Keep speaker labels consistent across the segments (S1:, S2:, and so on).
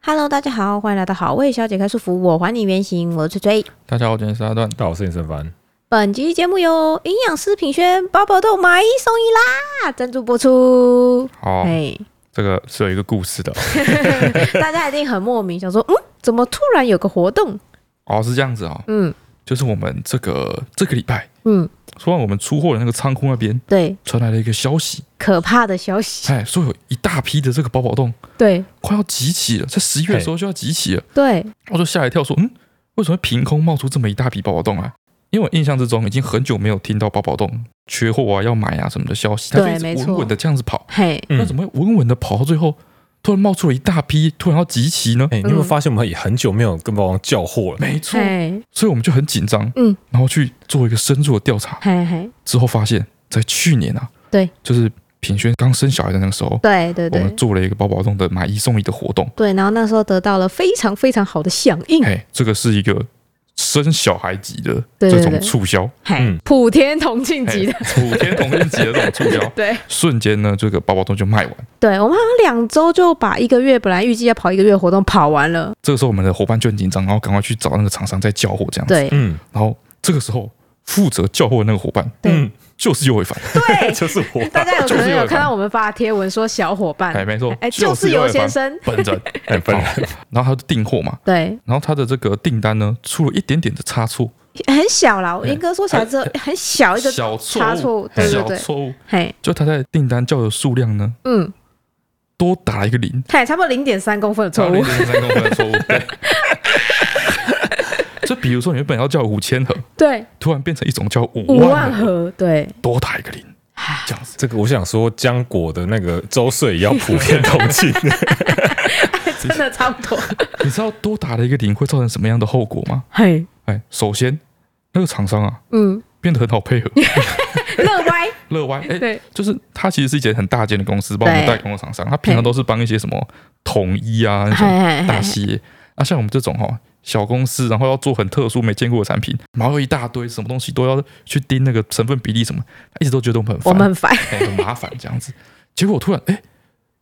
S1: Hello，大家好，欢迎来到好味小姐开束缚，我还你原形，我是崔崔。
S2: 大家好，我今天是阿段。
S3: 大家好，我是尹胜凡。
S1: 本集节目由营养师品轩宝宝豆买一送一啦赞助播出。
S2: 好，
S1: 哎、
S2: 这个是有一个故事的
S1: 大家一定很莫名，想说，嗯，怎么突然有个活动？
S2: 哦，是这样子哦，
S1: 嗯
S2: 就是我们这个这个礼拜，
S1: 嗯，
S2: 突然我们出货的那个仓库那边
S1: 对，
S2: 传来了一个消息，
S1: 可怕的消息，
S2: 哎，说有一大批的这个宝宝冻
S1: 对
S2: 快要集齐了，在十一月的时候就要集齐了，
S1: 对，
S2: 我就吓一跳，说，嗯，为什么会凭空冒出这么一大批宝宝冻来？因为我印象之中已经很久没有听到宝宝冻缺货啊、要买啊什么的消息，它
S1: 对
S2: 就一
S1: 没
S2: 直
S1: 错
S2: 稳稳的这样子跑，
S1: 嘿，
S3: 嗯
S2: 那怎么会稳稳的跑到最后，突然冒出了一大批，突然要集齐呢？
S3: 哎、你有没有发现我们也很久没有跟霸王叫货了？
S2: 没错，
S1: 嘿，
S2: 所以我们就很紧张，
S1: 嗯，
S2: 然后去做一个深入的调查，
S1: 嘿嘿，
S2: 之后发现，在去年啊，
S1: 对，
S2: 就是品轩刚生小孩的那个时候，
S1: 对对
S2: 我们
S1: 对
S2: 做了一个宝宝冻的买一送一的活动，
S1: 对，然后那时候得到了非常非常好的响应，
S2: 哎，这个是一个生小孩级的
S1: 对
S2: 这
S1: 对
S2: 种
S1: 对
S2: 促销，
S1: 嘿
S3: 嗯，
S1: 普天同庆级的，，
S2: 哎普天同庆级的这种促销
S1: 对。
S2: 瞬间呢，这个宝宝冻就卖完。
S1: 对，我们好像两周就把一个月本来预计要跑一个月的活动跑完了。
S2: 这个时候我们的伙伴就很紧张，然后赶快去找那个厂商在交货这样子，
S1: 对，
S3: 嗯
S2: 然后这个时候负责交货的那个伙伴
S1: 对
S3: 嗯，
S2: 就是尤伟凡，
S1: 对，
S3: 就是我。
S1: 大家有可
S2: 就是
S1: 能
S2: 有
S1: 有
S2: 人
S1: 看到我们发的贴文说小伙
S2: 哎，
S1: 伴，
S2: 没错
S1: 哎，，就是
S2: 尤
S1: 尤
S2: 伟
S1: 先
S2: 凡
S1: 生，
S2: 本人，
S3: 哎、本人
S2: 然后他就订货嘛。
S1: 对，
S2: 然后他的这个订单呢出了一点点的差错，
S1: 很小啦，我
S2: 哎
S1: 严格说起来，只有很小一个
S2: 小
S1: 差
S2: 错误，
S1: 错，对对
S2: 小
S1: 对，
S2: 错误，
S1: 嘿，
S2: 就他在订单叫的数量呢
S1: 嗯，
S2: 多打了一个零，
S1: 嘿，差不多零点三公分的错误
S2: 零，点三公分的错误。对就比如说你原本要叫五千盒，
S1: 对，
S2: 突然变成一种叫五
S1: 五万
S2: 万盒，
S1: 盒， 对，
S2: 多打一个零，这样子。
S3: 这个我想说，浆果的那个周岁也要普遍同庆。
S1: 真的差不多，
S2: 你知道多打了一个零会造成什么样的后果吗？
S1: 嘿，
S2: 哎，首先那个厂商啊
S1: 嗯，
S2: 变得很好配合，
S1: 乐歪，
S2: 乐歪哎，
S1: 对
S2: 就是它其实是一间很大间的公司，帮我们
S1: 对
S2: 代工的厂商，它平常都是帮一些什么统一啊那
S1: 嘿
S2: 种
S1: 嘿
S2: 大
S1: 嘿，
S2: 企业。那、像我们这种哈、哦、小公司，然后要做很特殊、没见过的产品，然后一大堆什么东西都要去盯那个成分比例什么，一直都觉得我们很
S1: 我
S2: 烦，
S1: 们很烦，
S2: 哎很麻烦这样子。结果我突然哎，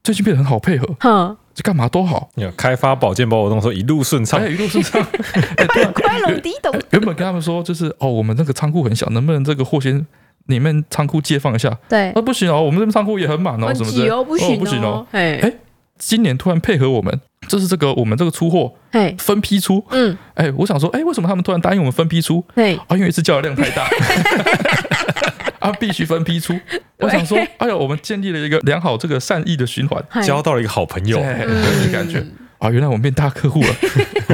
S2: 最近变得很好配合，
S1: 哼，
S2: 这干嘛都好，
S3: 你有开发保健保我动说一路顺畅
S2: 哎，一路顺畅。
S1: 快龙迪懂，
S2: 原本跟他们说就是哦，我们那个仓库很小，能不能这个货先你们仓库借放一下？
S1: 对，
S2: 啊，不行哦，我们这边仓库也很满哦，
S1: 很
S2: 什么之类
S1: 挤
S2: 的，
S1: 哎哦，不
S2: 哦
S1: 行
S2: 不行哦。
S1: 哦，嘿，
S2: 哎今年突然配合我们，就是这个我们这个出货
S1: 嘿，
S2: 分批出，
S1: 嗯，
S2: 哎，我想说，哎，为什么他们突然答应我们分批出？
S1: 嘿。
S2: 啊，因为一次叫的量太大， 啊，必须分批出。我想说，哎呦，我们建立了一个良好这个善意的循环，
S1: 嗨
S3: 交到了一个好朋友
S2: 对，。对对感觉
S1: 嗯
S2: 啊，原来我们变大客户了，啊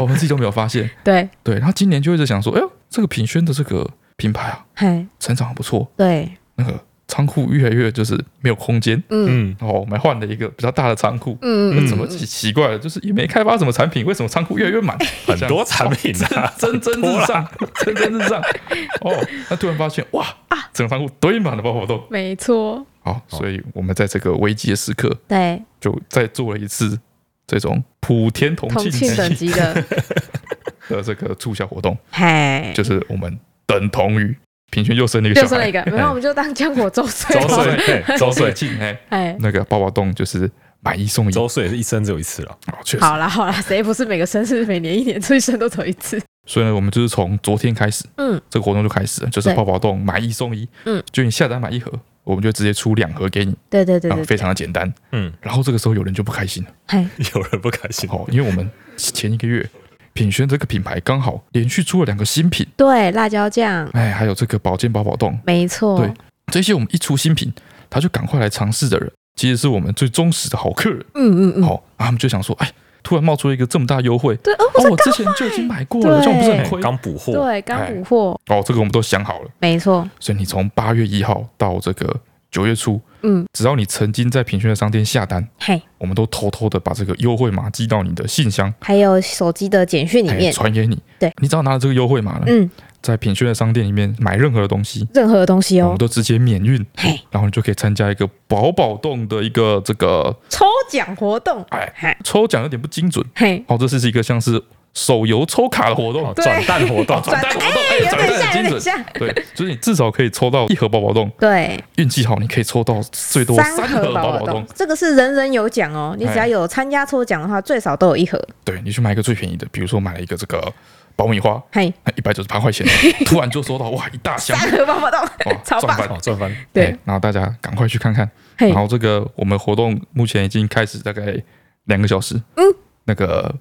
S2: 我们自己都没有发现。
S1: 对，
S2: 对，然后今年就一直想说，哎呦，这个品轩的这个品牌啊，
S1: 嘿，
S2: 成长很不错，
S1: 对，
S2: 那个仓库越来越就是没有空间，哦
S1: 嗯
S3: 嗯，
S2: 然后我们换了一个比较大的仓库。
S1: 嗯
S2: 怎么奇奇怪了？就是也没开发什么产品，为什么仓库越来越满？
S3: 很多产品 啊，
S2: 蒸蒸日上，蒸蒸日上。哦，那突然发现哇，整个仓库堆满了包包豆。
S1: 没错，
S2: 好，所以我们在这个危机的时刻，
S1: 对，
S2: 就再做了一次这种普天同
S1: 同
S2: 庆
S1: 庆 等
S2: 级
S1: 级的，
S2: 的这个促销活动，
S1: 嘿，
S2: 就是我们等同于平均又生了一个
S1: 就
S2: 小
S1: 生了
S2: 孩
S1: 一，个，然后我们就当浆果周岁
S3: 周
S1: 了，
S3: 岁对周
S2: 最
S3: 岁，
S2: 近哎，
S1: 哎，
S2: 那个包包冻就是买一送一，
S3: 周岁也是一生只有一次了。
S2: 哦确实。
S1: 好啦好啦，谁不是每个生日每年一年出生都走一次？
S2: 所以呢，我们就是从昨天开始，
S1: 嗯，
S2: 这个活动就开始了，就是
S1: 对
S2: 包包冻买一送一，
S1: 嗯，
S2: 就你下单买一盒，我们就直接出两盒给你，
S1: 对对对
S2: 啊，非
S1: 对，
S2: 常的简单。
S3: 嗯，
S2: 然后这个时候有人就不开心了，
S1: 嘿，
S3: 有人不开
S1: 嗯
S3: 心。
S2: 哦，因为我们前一个月品轩这个品牌刚好连续出了两个新品。
S1: 对，辣椒酱，
S2: 哎，还有这个保健宝宝冻，
S1: 没错，
S2: 对这些我们一出新品，他就赶快来尝试的人，其实是我们最忠实的好客人。
S1: 嗯嗯嗯，
S2: 好、啊，他们就想说，哎，突然冒出一个这么大优惠，
S1: 对，哦，
S2: 哦
S1: 我，
S2: 我之前就已经买过了，
S1: 对
S2: 这样不是很
S3: 哎
S2: 亏？
S3: 刚补货，
S1: 对，刚补货，
S2: 哦，这个我们都想好了，
S1: 没错，
S2: 所以你从八月一号到这个九月初，
S1: 嗯，
S2: 只要你曾经在品轩的商店下单，
S1: 嘿，
S2: 我们都偷偷的把这个优惠码寄到你的信箱，
S1: 还有手机的简讯里
S2: 哎，
S1: 面，
S2: 传给你。
S1: 对，
S2: 你只要拿了这个优惠码呢，
S1: 嗯，
S2: 在品轩的商店里面买任何的东西，
S1: 任何东西
S2: 我
S1: 哦
S2: 们，都直接免运。
S1: 嘿，
S2: 然后你就可以参加一个宝宝洞的一个这个
S1: 抽奖活动，
S2: 哎
S1: 嘿，
S2: 抽奖，有点不精准。
S1: 嘿，
S2: 哦，这是一个像是手游抽卡的活动
S3: 哦，转蛋活动，
S2: 转蛋活动，哎，
S1: 有
S2: 转
S1: 点
S2: 蛋
S1: 像，
S2: 很精
S1: 有点
S2: 准。
S1: 像。
S2: 对，就是你至少可以抽到一盒宝宝冻，
S1: 对，
S2: 运气好你可以抽到最多三盒宝
S1: 宝
S2: 宝冻。
S1: 这个是人人有奖哦。你只要
S2: 哎
S1: 有参加抽奖的话，最少都有一盒。
S2: 对你去买一个最便宜的，比如说买了一个这个爆米花，哎
S1: 嘿，
S2: 一百九十八块钱， 突然就收到哇一大箱
S1: 三，盒宝宝冻
S2: 哇，
S1: 超棒！
S2: 赚翻！
S3: 哦，转翻，
S1: 对
S2: 哎然后大家赶快去看看。
S1: 嘿
S2: 然，后这个我们活动目前已经开始大概两个小时，
S1: 嗯，
S2: 那个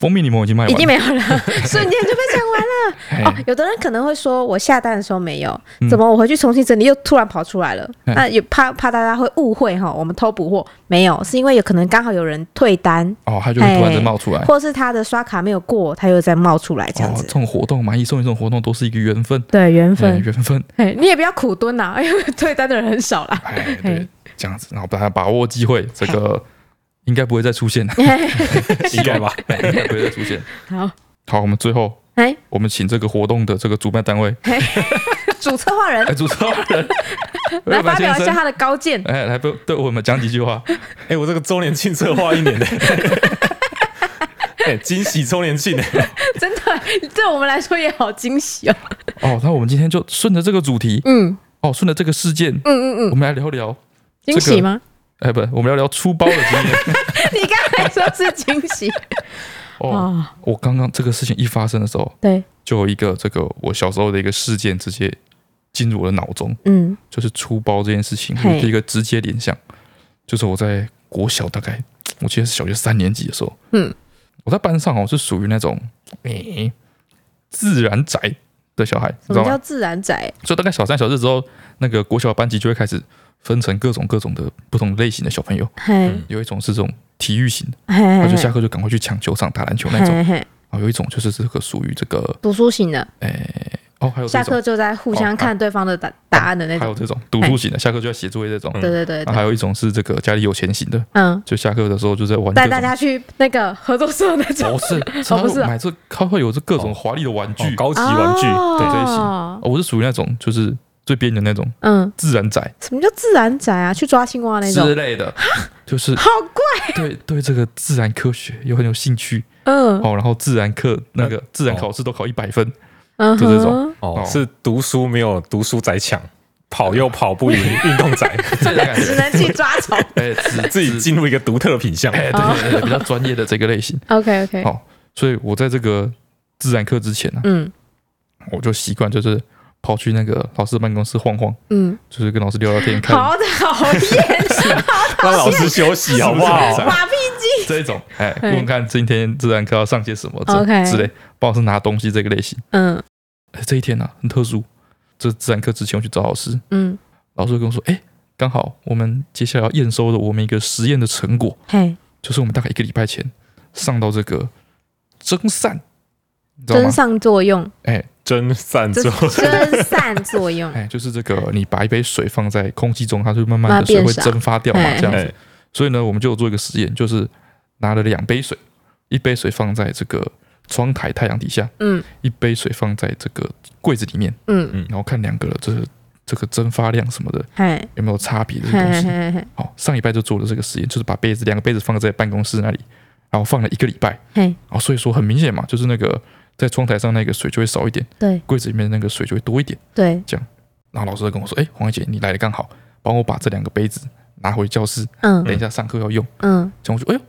S2: 蜂蜜柠檬已经卖完哎
S1: 已
S2: 了，
S1: 经没有了， 瞬间就被讲完了。
S2: 嘿
S1: 哦，有的人可能会说，我下单的时候没有，
S2: 嗯
S1: 怎么我回去重新整理又突然跑出来了？
S2: 哎
S1: 那也怕怕大家会误会哈，我们偷补货没有，是因为有可能刚好有人退单，
S2: 哦，它就会突然就冒出来。
S1: 哎或是他的刷卡没有过，他又再冒出来这样
S2: 哎哦，
S1: 子
S2: 这。种活动买一送一这种活动都是一个缘分，
S1: 对，缘
S2: 哎
S1: 分，
S2: 缘分，
S1: 哎，你也不要苦蹲呐， 因为退单的人很少啦。
S2: 哎，
S1: 嘿
S2: 对，这样子，然后大家把握机会，这个应该不会再 出现了，
S3: 应该吧？
S2: 哎应该不会再出现。
S1: 好，
S2: 好，我们最后
S1: 哎，
S2: 我们请这个活动的这个主办单位，
S1: 主策划人
S2: 哎，主持人
S1: 来发表一下
S2: 先生，
S1: 他的高见。
S2: 哎，来不对我们讲几句话，
S3: 哎，我这个周年庆策划一年的，哎，惊喜周年庆，
S1: 真的，对我们来说也好惊喜哦。
S2: 哦，那我们今天就顺着这个主题，
S1: 嗯
S2: 哦，顺着这个事件，
S1: 嗯嗯嗯，
S2: 我们来聊聊，
S1: 惊喜吗？
S2: 哎，不，我们聊聊出包的经验。
S1: 你刚才说是惊喜
S2: 哦，
S1: 哦，
S2: 我刚刚这个事情一发生的时候，
S1: 对，
S2: 就有一个这个我小时候的一个事件直接进入我的脑中，
S1: 嗯
S2: 就是出包这件事情，
S1: 嘿
S2: 我第一个直接联想，就是我在国小大概，我记得是小学三年级的时候，
S1: 嗯，
S2: 我在班上哦是属于那种诶、自然宅的小孩，
S1: 什
S2: 你知
S1: 么
S2: 道
S1: 叫
S2: 吗？
S1: 自然宅？
S2: 所以大概小三小四之后，那个国小班级就会开始分成各种各种的不同类型的小朋友，
S1: 嘿，
S2: 有一种是这种体育型的，
S1: 嘿嘿
S2: 他
S1: 嘿
S2: 就下课就赶快去抢球场打篮球那 种。
S1: 嘿嘿，
S2: 啊，有一种就是这个属于这个，
S1: 读书型的，
S2: 诶、哦，还有这
S1: 下
S2: 种
S1: 课，就在互相看对方的答答案的那
S2: 还
S1: 种哎
S2: 有。这种读书型的，下课就要写作业这种，
S1: 对对对
S2: 啊
S1: 对，
S2: 还有一种是这个家里有钱型的，
S1: 嗯，
S2: 就下课的时候就在玩各
S1: 带
S2: 种，
S1: 大家去那个合作社那
S2: 不
S1: 种
S2: 是，
S1: 哦不是啊
S2: 买这他会有这各种华丽的玩
S3: 哦
S2: 具，
S3: 高级玩具，
S1: 啊
S3: 对，
S2: 这一型哦我是属于那种就是最边缘的那种
S1: 嗯，
S2: 自然仔
S1: 什么叫自然宅啊？去抓青蛙那
S2: 之
S1: 种，
S2: 类的，就是
S1: 好贵。
S2: 对对这个自然科学有很有兴趣
S1: 嗯
S2: 哦，然后自然课那
S3: 呃
S2: 个自然考试都考一百分，
S1: 嗯
S2: 就这种
S1: 哼，
S3: 哦
S2: 哦，
S3: 是读书没有读书仔强，跑又跑不赢运动仔，
S2: 这个感
S1: 只
S2: 觉，
S1: 能去抓虫。
S2: 哎，只
S3: 自己进入一个独特的品相。
S2: 哎，
S1: 哦
S2: 对对对，比较专业的这个类型。
S1: OK OK，
S2: 好所以我在这个自然课之前呢、
S1: 嗯
S2: 我就习惯就是跑去那个老师办公室晃晃，
S1: 嗯，
S2: 就是跟老师聊聊天，看
S1: 好讨厌，
S3: 让老师休息好不
S2: 是
S3: 好？
S1: 马屁精。
S2: 这种， 哎，
S1: 嗯
S2: 问看今天自然课要上些什么这
S1: OK
S2: 之类，帮老师拿东西这个类型。
S1: 嗯
S2: 哎这一天呢、很特殊，这自然课之前我去找老师，
S1: 嗯，
S2: 老师就跟我说，哎，刚好我们接下来要验收的我们一个实验的成果，
S1: 嘿，
S2: 就是我们大概一个礼拜前上到这个蒸散，你知道
S1: 真
S2: 吗？
S1: 上作用，
S2: 哎
S3: 真善
S1: 这
S3: 作，
S1: 真散作 用。
S2: 哎，就是这个，你把一杯水放在空气中，它就慢
S1: 慢
S2: 慢
S1: 慢
S2: 的水
S1: 变
S2: 会
S1: 少
S2: 蒸发掉嘛，
S1: 哎
S2: 这样子。
S3: 哎，
S2: 所以呢，我们就有做一个实验，就是拿了两杯水，一杯水放在这个窗台太阳底下，
S1: 嗯
S2: 一杯水放在这个柜子里面，
S1: 嗯，
S2: 然后看两个这这个蒸发量什么的
S1: 嘿，
S2: 有没有差别的
S1: 嘿
S2: 东
S1: 嘿
S2: 西。
S1: 嘿嘿
S2: 好，上礼拜就做了这个实验，就是把杯子两个杯子放在办公室那里，然后放了一个礼拜，
S1: 嘿，
S2: 哦，所以说很明显嘛，就是那个在窗台上那个水就会少一点，
S1: 对
S2: 柜子里面那个水就会多一点。
S1: 对，
S2: 然后老师就跟我说：“哎、黄姐，你来的刚好，帮我把这两个杯子拿回教室，
S1: 嗯
S2: 等一下上课要用。
S1: 嗯，
S2: 这样我就哎呦，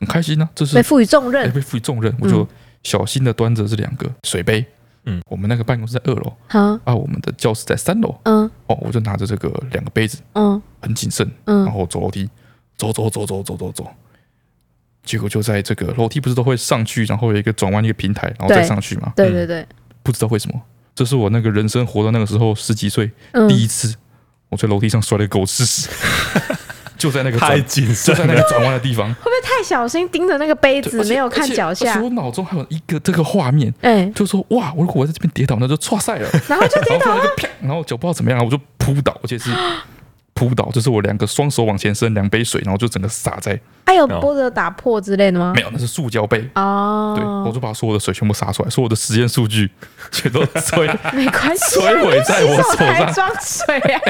S2: 很开心呢、这是
S1: 被赋予重
S2: 哎、
S1: 任，
S2: 被赋予重任，我就
S1: 嗯
S2: 小心的端着这两个水杯。
S3: 嗯，
S2: 我们那个办公室在二楼
S1: 好，
S2: 啊，我们的教室在三楼
S1: 嗯
S2: 哦，我就拿着这个两个杯子，
S1: 嗯
S2: 很谨慎，然
S1: 嗯，
S2: 后走楼梯，走走走走走走走。结果就在这个楼梯不是都会上去，然后有一个转弯一个平台，然后再
S1: 对
S2: 上去嘛？
S1: 对对对，
S2: 不知道为什么，这是我那个人生活到那个时候十几岁
S1: 嗯
S2: 第一次，我在楼梯上摔了个狗吃 屎，就在那个
S3: 太
S2: 转
S3: 谨
S2: 就
S3: 慎
S2: 在那
S3: 了
S2: 个。转弯的地 方。
S1: 会不会太小心盯着那个杯
S2: 对
S1: 子
S2: 而，且
S1: 没有看
S2: 而且
S1: 脚
S2: 而且
S1: 下？
S2: 我脑中还有一个这个画面，
S1: 哎，
S2: 就说哇，我如果我在这边跌倒，那就 错赛了。
S1: 然后就跌
S2: 然后突
S1: 倒
S2: 然
S1: 了，
S2: 就啪，然后脚不知道怎么样，我就扑倒，而且是扑倒，就是我两个双手往前伸，两杯水，然后就整个洒在，
S1: 还哎有波折打破之类的吗
S2: 没？有，那是塑胶杯。
S1: 哦，
S2: 对，我就把所有的水全部洒出来，所有的实验数据全都 摧
S1: 没关系啊，
S2: 摧毁在
S1: 洗
S2: 我
S1: 手
S2: 手
S1: 台
S2: 上。
S1: 装水啊，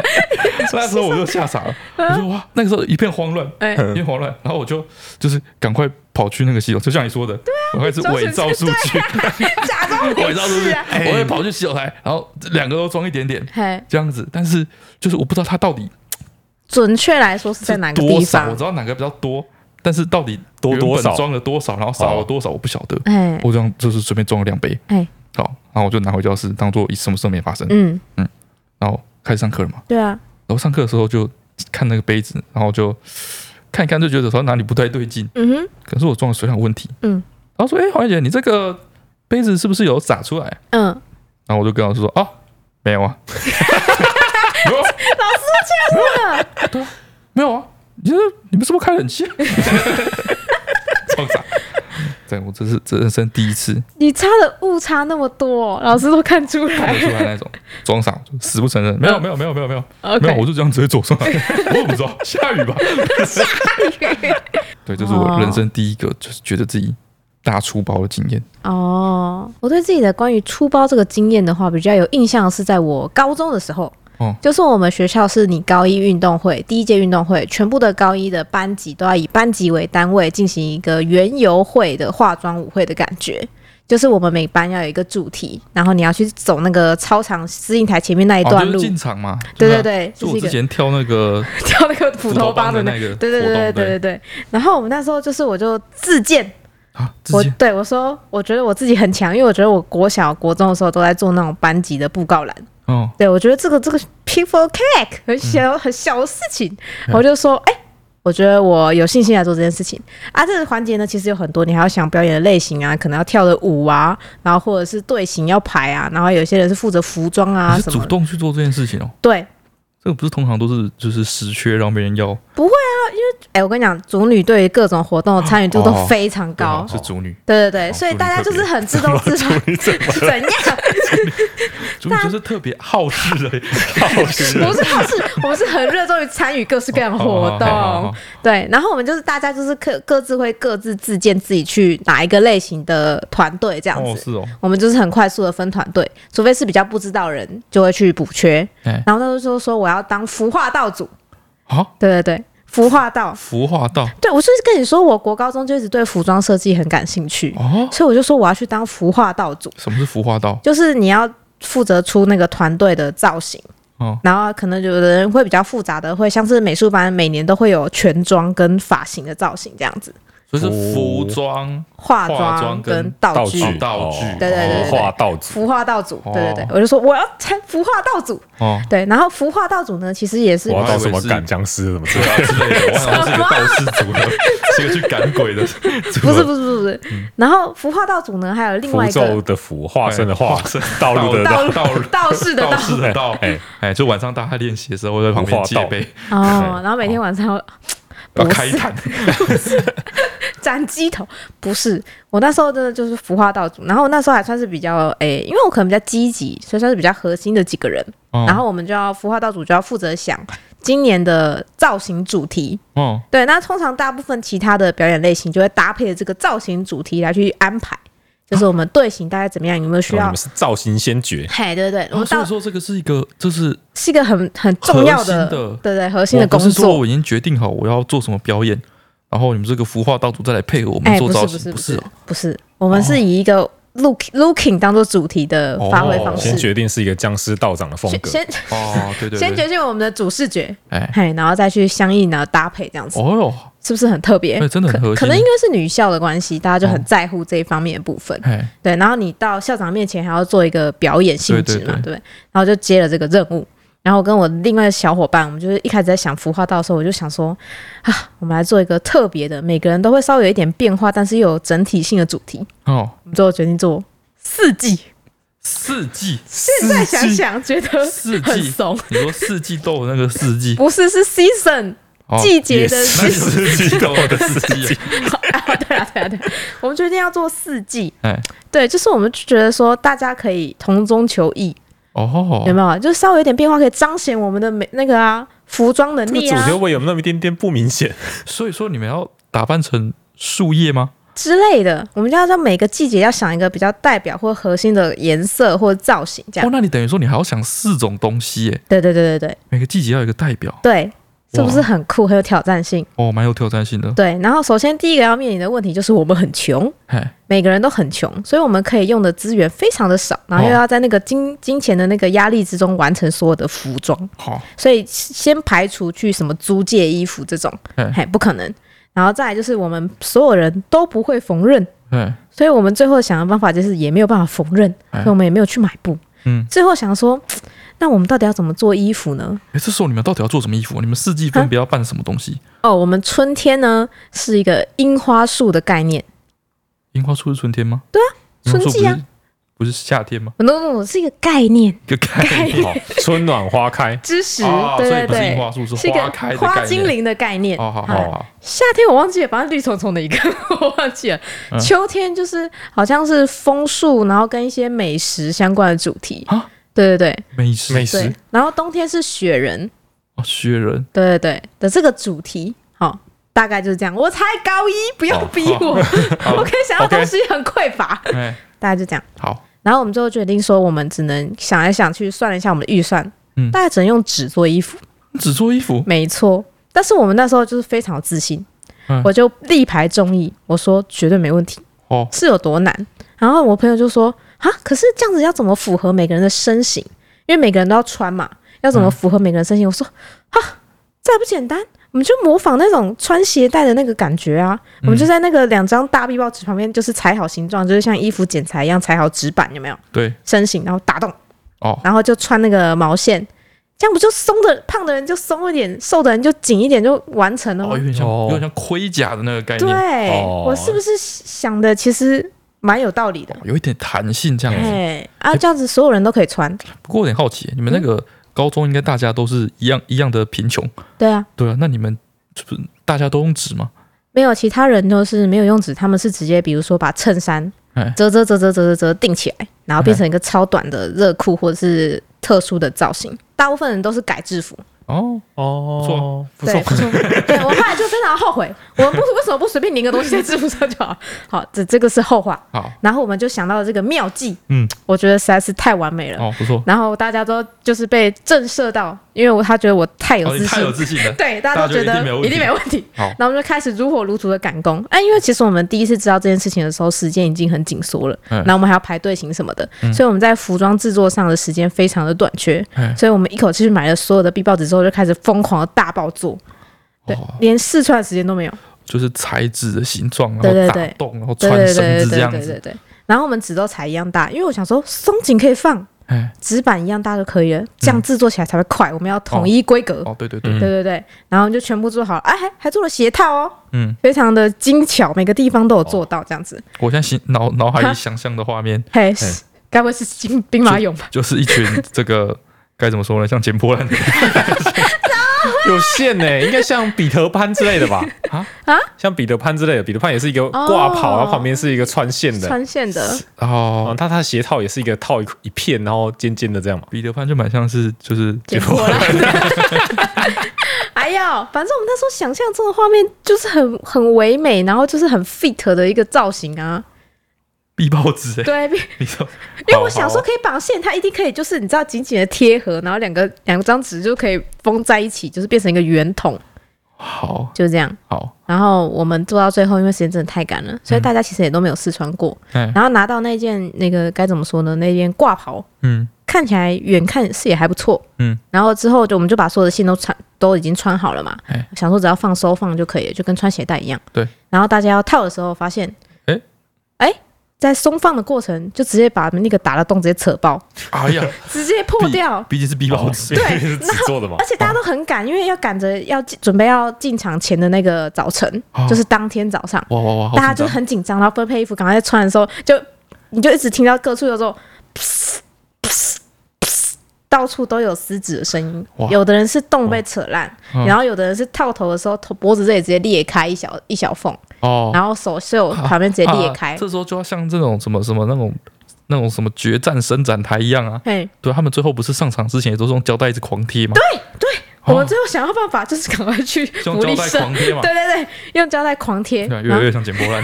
S2: 那时候我就吓傻了，我说哇，那个时候一片慌乱，
S1: 嗯哎
S2: 一片慌乱，然后我就就是赶快跑去那个系统，就像你说的，对啊，我开始伪造数据，
S1: 假装
S2: 伪
S1: 没
S2: 造数
S1: 事
S2: 据，
S1: 啊。
S3: 哎
S2: 我会跑去洗手台，然后两个都装一点点
S1: 嘿，
S2: 这样子，但是就是我不知道它到底
S1: 准确来说是在
S2: 是
S1: 哪个
S2: 多
S1: 地
S2: 少，我
S1: 方
S2: 知？道哪个比较多，但是到底
S3: 多
S2: 原
S3: 多
S2: 本
S3: 少
S2: 装了多少，然后少了
S3: 哦
S2: 多少，我不晓得。
S1: 哎，
S2: 我这样就是随便装了两杯，
S1: 哎，
S2: 好，然后我就拿回教室，当做什么事都没发生，
S1: 嗯，
S2: 然后开始上课了嘛。
S1: 对啊，
S2: 然后上课的时候就看那个杯子，然后就看一看，就觉得说哪里不太对劲，
S1: 嗯哼，
S2: 可能是我装的水有问题。
S1: 嗯，
S2: 然后说：“哎、黄姐，你这个杯子是不是有洒出来
S1: 嗯，？”
S2: 然后我就跟老师说：“哦，没有 啊。”没有
S1: 老
S2: 啊，
S1: 师
S2: 没有啊，你这你们是不是开冷气、啊？装傻。对我这是这人生第一次
S1: 你差的误差那么多，老师都看出
S2: 看
S1: 来
S2: 得。出来那种装傻，就死不承认。没有没有没有没有没有没有，我
S1: OK，
S2: 就这样直接走 上来。我也不知道，下雨吧？对，这是我人生第一个，就是觉得自己大粗包的经验。
S1: 哦，我对自己的关于出包这个经验的话，比较有印象是在我高中的时候。
S2: 哦
S1: 就是我们学校是你高一运动会第一届运动会，全部的高一的班级都要以班级为单位进行一个园游会的化妆舞会的感觉。就是我们每班要有一个主题，然后你要去走那个操场司令台前面那一
S2: 哦，
S1: 哎段
S2: 就是
S1: 路，
S2: 进场嘛，
S1: 对
S2: 就
S1: 对
S2: 是
S1: 对，
S2: 是
S1: 这是
S2: 我
S1: 一
S2: 之
S1: 个
S2: 前跳那个
S1: 跳那个 斧头帮
S2: 的
S1: 的那
S2: 那个
S1: 对对对
S2: 活
S1: 对对
S2: 动
S1: 对
S2: 对
S1: 对。然后我们那时候就是，我就自荐，
S2: 啊，直
S1: 我
S2: 接
S1: 对我说，我觉得我自己很强，因为我觉得我国小、国中的时候都在做那种班级的布告栏，
S2: 哦，
S1: 对我觉得这个这个 pick for cake
S2: 嗯
S1: 很小、很小的事情，我就说，哎、我觉得我有信心来做这件事情啊。这个环节呢，其实有很多，你还要想表演的类型啊，可能要跳的舞啊，然后或者是队形要排啊，然后有些人是负责服装啊
S2: 你哦是
S1: 什么
S2: 主
S1: 的。
S2: 动去做这件事情哦，
S1: 对，
S2: 这个不是通常都是就是实缺让别人要
S1: 哎、我跟你讲，主女对于各种活动的参与度都
S2: 哦
S1: 非常高。
S2: 是主女，
S1: 对对对，所以
S2: 主力
S1: 大家
S2: 特
S1: 就
S2: 别
S1: 是很自 动自发。
S3: 你怎么
S1: 怎样？
S2: 主女就是特别好事的，
S3: 好吃？
S1: 不是，不是，我们是很热衷于参与各式各样的活
S2: 哦好好好
S1: 动
S2: 好。
S1: 对，然后我们就是大家就是各各自会各自自荐自己去哪一个类型的团队这样
S2: 哦
S1: 子。
S2: 是哦，
S1: 我们就是很快速的分团队，除非是比较不知道的人就会去补缺。
S2: 哎
S1: 然后那时候说我要当服化道组，
S2: 好，
S1: 对对对，服化道。
S2: 啊服化道
S1: 对，我是跟你说，我国高中就一直对服装设计很感兴趣，
S2: 哦，
S1: 所以我就说我要去当服化道组。
S2: 什么是服化道？
S1: 就是你要负责出那个团队的造型，
S2: 哦
S1: 然后可能有的人会比较复杂的，会像是美术班每年都会有全妆跟发型的造型这样子，
S2: 所以是服装
S1: 化
S2: 化妆
S1: 妆
S2: 跟
S1: 跟道具
S2: 道。具道具
S1: 对对对对对
S3: 画哦道具
S1: 服化道组，
S2: 哦
S1: 对对对，我就说我要参服化道组，
S2: 哦，
S1: 对，然后服化道组呢，其实也是
S3: 我要
S2: 道
S3: 到
S2: 具
S3: 什么
S2: 我以为是
S3: 赶僵尸什么之类
S2: 对
S3: 的。
S2: 啊之类的，我好像是一个道士 组的，是一个去赶鬼的组
S1: 不是
S2: 合，
S1: 不是不是不是，
S2: 嗯
S1: 然后服化道组呢，还有另外
S3: 符
S1: 一
S3: 咒
S1: 个
S3: 的符，化身的化
S2: 化身，
S3: 道路的
S1: 道路
S2: 道路
S1: 道士的
S2: 道
S1: 道
S2: 士的道，
S3: 哎，
S2: 哎，就晚上大家练习的时候，我在旁边戒杯，
S1: 哦，然后每天晚上
S2: 要
S1: 不
S2: 开
S1: 是
S2: 坛，
S1: 斩鸡头，不是我那时候真的就是服化道组，然后那时候还算是比较诶、因为我可能比较积极，所以算是比较核心的几个人。
S2: 哦
S1: 然后我们就要服化道组就要负责想今年的造型主题。
S2: 哦，
S1: 对，那通常大部分其他的表演类型就会搭配这个造型主题来去安排，就是我们队形大概怎么样，有没有需
S3: 然后
S1: 要
S3: 你们？是造型先觉，
S1: 嘿，对对对，我
S2: 哦
S1: 们
S2: 所
S1: 到
S2: 以说这个是一个，这是
S1: 是一个很很重要的，
S2: 核心的
S1: 对对，核心的
S2: 我
S1: 工
S2: 不是说
S1: 作。
S2: 我已经决定好我要做什么表演，然后你们这个服化道主再来配合我们
S1: 哎，
S2: 做
S1: 不是
S2: 造
S1: 不
S2: 型，
S1: 是
S2: 不
S1: 不
S2: 是
S1: 是
S2: 哦
S1: 不是，我们是以一个 look looking 当做主题的发挥方式
S3: 先。决定是一个僵尸道长的风格。
S1: 先
S2: 哦，对对
S1: 先
S2: 对，
S1: 决定我们的主视觉，
S2: 哎，
S1: 嘿，然后再去相应的搭配，这样子、
S2: 哦哟，
S1: 是不是很特别
S2: 哎，？真的很核
S1: 可
S2: 心，
S1: 可能因为是女校的关系，大家就很
S2: 哦
S1: 在乎这一方面的部分。
S2: 哎，
S1: 对，然后你到校长面前还要做一个表演性质嘛，
S2: 对对对
S1: 对不对？然后就接了这个任务。然后我跟我另外的小伙伴，我们就是一开始在想服化道的时候，我就想说啊，我们来做一个特别的，每个人都会稍微有一点变化，但是又有整体性的主题。
S2: 哦，
S1: 我们最后决定做四季。
S2: 四季，
S1: 现在想想觉得
S2: 四
S1: 很
S2: 季
S1: 怂，
S2: 你说四季豆的那个四季，
S1: 不是是 season
S2: 哦
S1: 季节的
S3: 也是
S2: 那
S1: 季
S2: 是 四季豆的四季，
S1: 啊，对啊，对啊，对啊，我们决定要做四季。
S2: 哎，
S1: 对，就是我们就觉得说，大家可以同中求异，
S2: 哦
S1: 有，没有？就是稍微有点变化，可以彰显我们的美那个啊服装能
S3: 这个
S1: 力
S3: 主
S1: 啊
S3: 角位有那么一点点不明显，
S2: 所以说你们要打扮成树叶吗？
S1: 之类的。我们就要在每个季节要想一个比较代表或核心的颜色或造型，这
S2: 哦
S1: 样，。
S2: 那你等于说你还要想四种东西耶，
S1: 对对对对对
S2: 每个季节要有一个代表，
S1: 对，这不是很酷，很有挑战性？
S2: 哦，蛮有挑战性的。
S1: 对。然后首先第一个要面临的问题就是我们很穷，
S2: 嘿，
S1: 每个人都很穷，所以我们可以用的资源非常的少，然
S2: 哦
S1: 后又要在那个金金钱的那个压力之中完成所有的服装，
S2: 好，
S1: 所以先排除去什么租借衣服这种
S2: 嗯，
S1: 嘿，不可能。然后再来就是我们所有人都不会缝纫，
S2: 嘿，哎
S1: 所以我们最后想的办法就是也没有办法缝纫，
S2: 嗯
S1: 所以我们也没有去买布。
S2: 嗯，
S1: 最后想说，嘖那我们到底要怎么做衣服呢？
S2: 哎，这时候你们到底要做什么衣服？你们四季分别要办什么东西？
S1: 哦，我们春天呢是一个樱花树的概念，
S2: 樱花树是春天吗？樱花
S1: 春
S2: 树不
S1: 季啊
S2: 是不是夏天吗？
S1: ，no no，no，是一个哦概念
S2: 一个概念。
S3: 好，哦春暖花开，
S1: 知识，
S2: 哦，
S1: 对
S2: 所以
S1: 对
S2: 不是樱
S1: 对，
S2: 花树，
S1: 是一
S2: 花
S1: 个
S2: 开的概
S1: 花
S2: 念
S1: 精灵的概念。
S2: 哦，好
S1: 哎
S2: 好好，
S1: 夏天我忘记了，反正绿葱葱的一个我忘记了。
S2: 嗯
S1: 秋天就是好像是枫树，然后跟一些美食相关的主题
S2: 啊。
S1: 对对对
S2: 美食
S3: 美
S1: 对
S3: 食，，
S1: 然后冬天是雪人，
S2: 哦，雪人，
S1: 对对对的这个主题，好、大概就是这样。我才高一，不要
S2: 哦
S1: 逼我， 我可以想要
S3: OK
S1: 东西很匮乏，
S2: 哎，
S1: 大概就这样。
S2: 好，
S1: 然后我们最后决定说，我们只能想来想去，算了一下我们的预算，
S2: 嗯
S1: 大概只能用纸做衣服，
S2: 你只做衣服，
S1: 没错。但是我们那时候就是非常有自信，
S2: 嗯
S1: 我就力排众议，我说绝对没问题，
S2: 哦，
S1: 是有多难？然后我朋友就说啊，可是这样子要怎么符合每个人的身形？因为每个人都要穿嘛，要怎么
S2: 嗯
S1: 符合每个人的身形？我说啊，这还不简单，我们就模仿那种穿鞋带的那个感觉啊，
S2: 嗯
S1: 我们就在那个两张大 B 报纸旁边，就是裁好形状，就是像衣服剪裁一样裁好纸板，有没有？
S2: 对，
S1: 身形，然后打洞，
S2: 哦，
S1: 然后就穿那个毛线，这样不就松的胖的人就松一点，瘦的人就紧一点，就完成了吗？
S2: 哦，有点像，
S3: 哦
S2: 有点像盔甲的那个概念，
S1: 对，
S3: 哦
S1: 我是不是想的其实蛮有道理的
S2: 哦？有一点弹性这样子。
S1: 哎，啊，这样子所有人都可以穿，
S2: 不过我有点好奇，你们那个
S1: 嗯
S2: 高中应该大家都是一样一样的贫穷，
S1: 对啊，
S2: 对啊？那你们是不是大家都用纸吗？
S1: 没有其他人都是没有用纸，他们是直接比如说把衬衫
S2: 哎
S1: 折折折折折折折定起来，然后变成一个超短的热裤或者是特殊的造型。大部分人都是改制服，
S2: 哦，
S3: 哦，不
S1: 对，不错。对我后来就非常后悔，我们不为什么不随便粘个东西在制服上就好？好，这这个是后话。
S2: 好，
S1: 然后我们就想到了这个妙计，
S2: 嗯，
S1: 我觉得实在是太完美了。
S2: 哦，不错，
S1: 然后大家都就是被震慑到，因为我他觉得我太有
S2: 哦，
S1: 自
S2: 你太
S1: 信，
S2: 有自信了。
S1: 对，大家都觉
S2: 大家
S1: 得
S2: 觉得一
S1: 一
S2: 定
S1: 定
S2: 没
S1: 没问题。
S2: 好
S1: 然后我们就开始如火如荼的赶工。哎，因为其实我们第一次知道这件事情的时候，时间已经很紧缩了，
S2: 嗯
S1: 然后我们还要排队型什么的，所以我们在服装制作上的时间非常的短缺，
S2: 嗯
S1: 所以我们一口气去买了所有的 B 报纸之后，就开始疯狂的大爆做，对，
S2: 哦，
S1: 连试穿的时间都没有。
S2: 就是材质的形状，然
S1: 对
S2: 后
S1: 对
S2: 打
S1: 对
S2: 洞，然后
S1: 对
S2: 穿
S1: 对
S2: 绳
S1: 对
S2: 子这
S1: 对
S2: 样
S1: 对
S2: 子。
S1: 对对。然后我们纸都裁一样大，因为我想说松紧可以放，
S2: 哎，
S1: 纸板一样大就可以了，这样制作起来才会快。我们要统一规格，
S2: 哦，对对对，
S1: 对对对。然后就全部做好了，哎，还还做了鞋套哦。
S2: 嗯，
S1: 非常的精巧，每个地方都有做到这样子。
S2: 我现在心脑脑海里想象的画面
S1: 嘿，是该不会是兵兵马俑吧？
S2: 就是一 群这个该怎么说呢，像捡破烂的
S3: 有线呢，应该像彼得潘之类的 吧？
S2: 啊
S1: 啊，
S3: 像彼得潘之类的，彼得潘也是一个挂袍，然后旁边是一个哦穿线的，
S1: 穿线的，
S3: 哦，
S2: 哦。
S3: 他他的鞋套也是一个套一一片，然后尖尖的这样嘛。
S2: 彼得潘就蛮像是就是
S1: 结果 啦。哎呀，反正我们那时候想象中的画面就是很很唯美，然后就是很 fit 的一个造型啊。
S2: 必报纸哎，
S1: 对，
S2: 你 说，
S1: 因为我想说可以绑线，它一定可以就是你知道紧紧的贴合，然后两个两张纸就可以封在一起，就是变成一个圆筒，
S2: 好
S1: 就这样。
S2: 好，
S1: 然后我们做到最后，因为时间真的太赶了，
S2: 嗯
S1: 所以大家其实也都没有试穿过。
S2: 哎，
S1: 然后拿到那件那个该怎么说呢？那件挂袍，
S2: 嗯
S1: 看起来远看视野还不错，
S2: 嗯，
S1: 然后之后就我们就把所有的线都穿都已经穿好了嘛，
S2: 哎
S1: 想说只要放收放就可以了，就跟穿鞋带一样。
S2: 对，
S1: 然后大家要套的时候发现，
S2: 哎
S1: 哎在松放的过程就直接把那个打的洞直接扯爆，
S2: 哎 呀，
S1: 直接破
S2: 毕
S1: 掉。
S2: 毕竟是必报纸，
S1: 对
S3: 哦 是纸做的嘛
S1: 而。且大家都很赶，因为要赶着要进准备要进场前的那个早晨，
S2: 哦
S1: 就是当天早上，
S2: 哇哇哇，好
S1: 大家
S2: 紧
S1: 就
S2: 张
S1: 是很紧张，然后分配衣服赶快在穿的时候，就你就一直听到各处有这种噗噗噗到处都有撕纸的声音
S2: 哇。
S1: 有的人是洞被扯烂，
S2: 嗯
S1: 然后有的人是套头的时候，头脖子这里直接裂开一小一小缝，
S2: 哦，
S1: 然后手袖旁边直接裂开
S2: 啊。这时候就要像这种什么什么那种那种什么决战伸展台一样啊，
S1: 嘿，
S2: 对他们最后不是上场之前也都是用胶带一直狂贴嘛，对
S1: 我们最后想要办法就是赶快去
S2: 哦
S1: 福
S2: 用胶
S1: 利
S2: 带
S1: 社，
S2: 狂贴嘛，
S1: 对对对，用胶带狂贴，
S2: 对啊，
S1: 然
S2: 越来
S1: 后
S2: 越像捡破烂。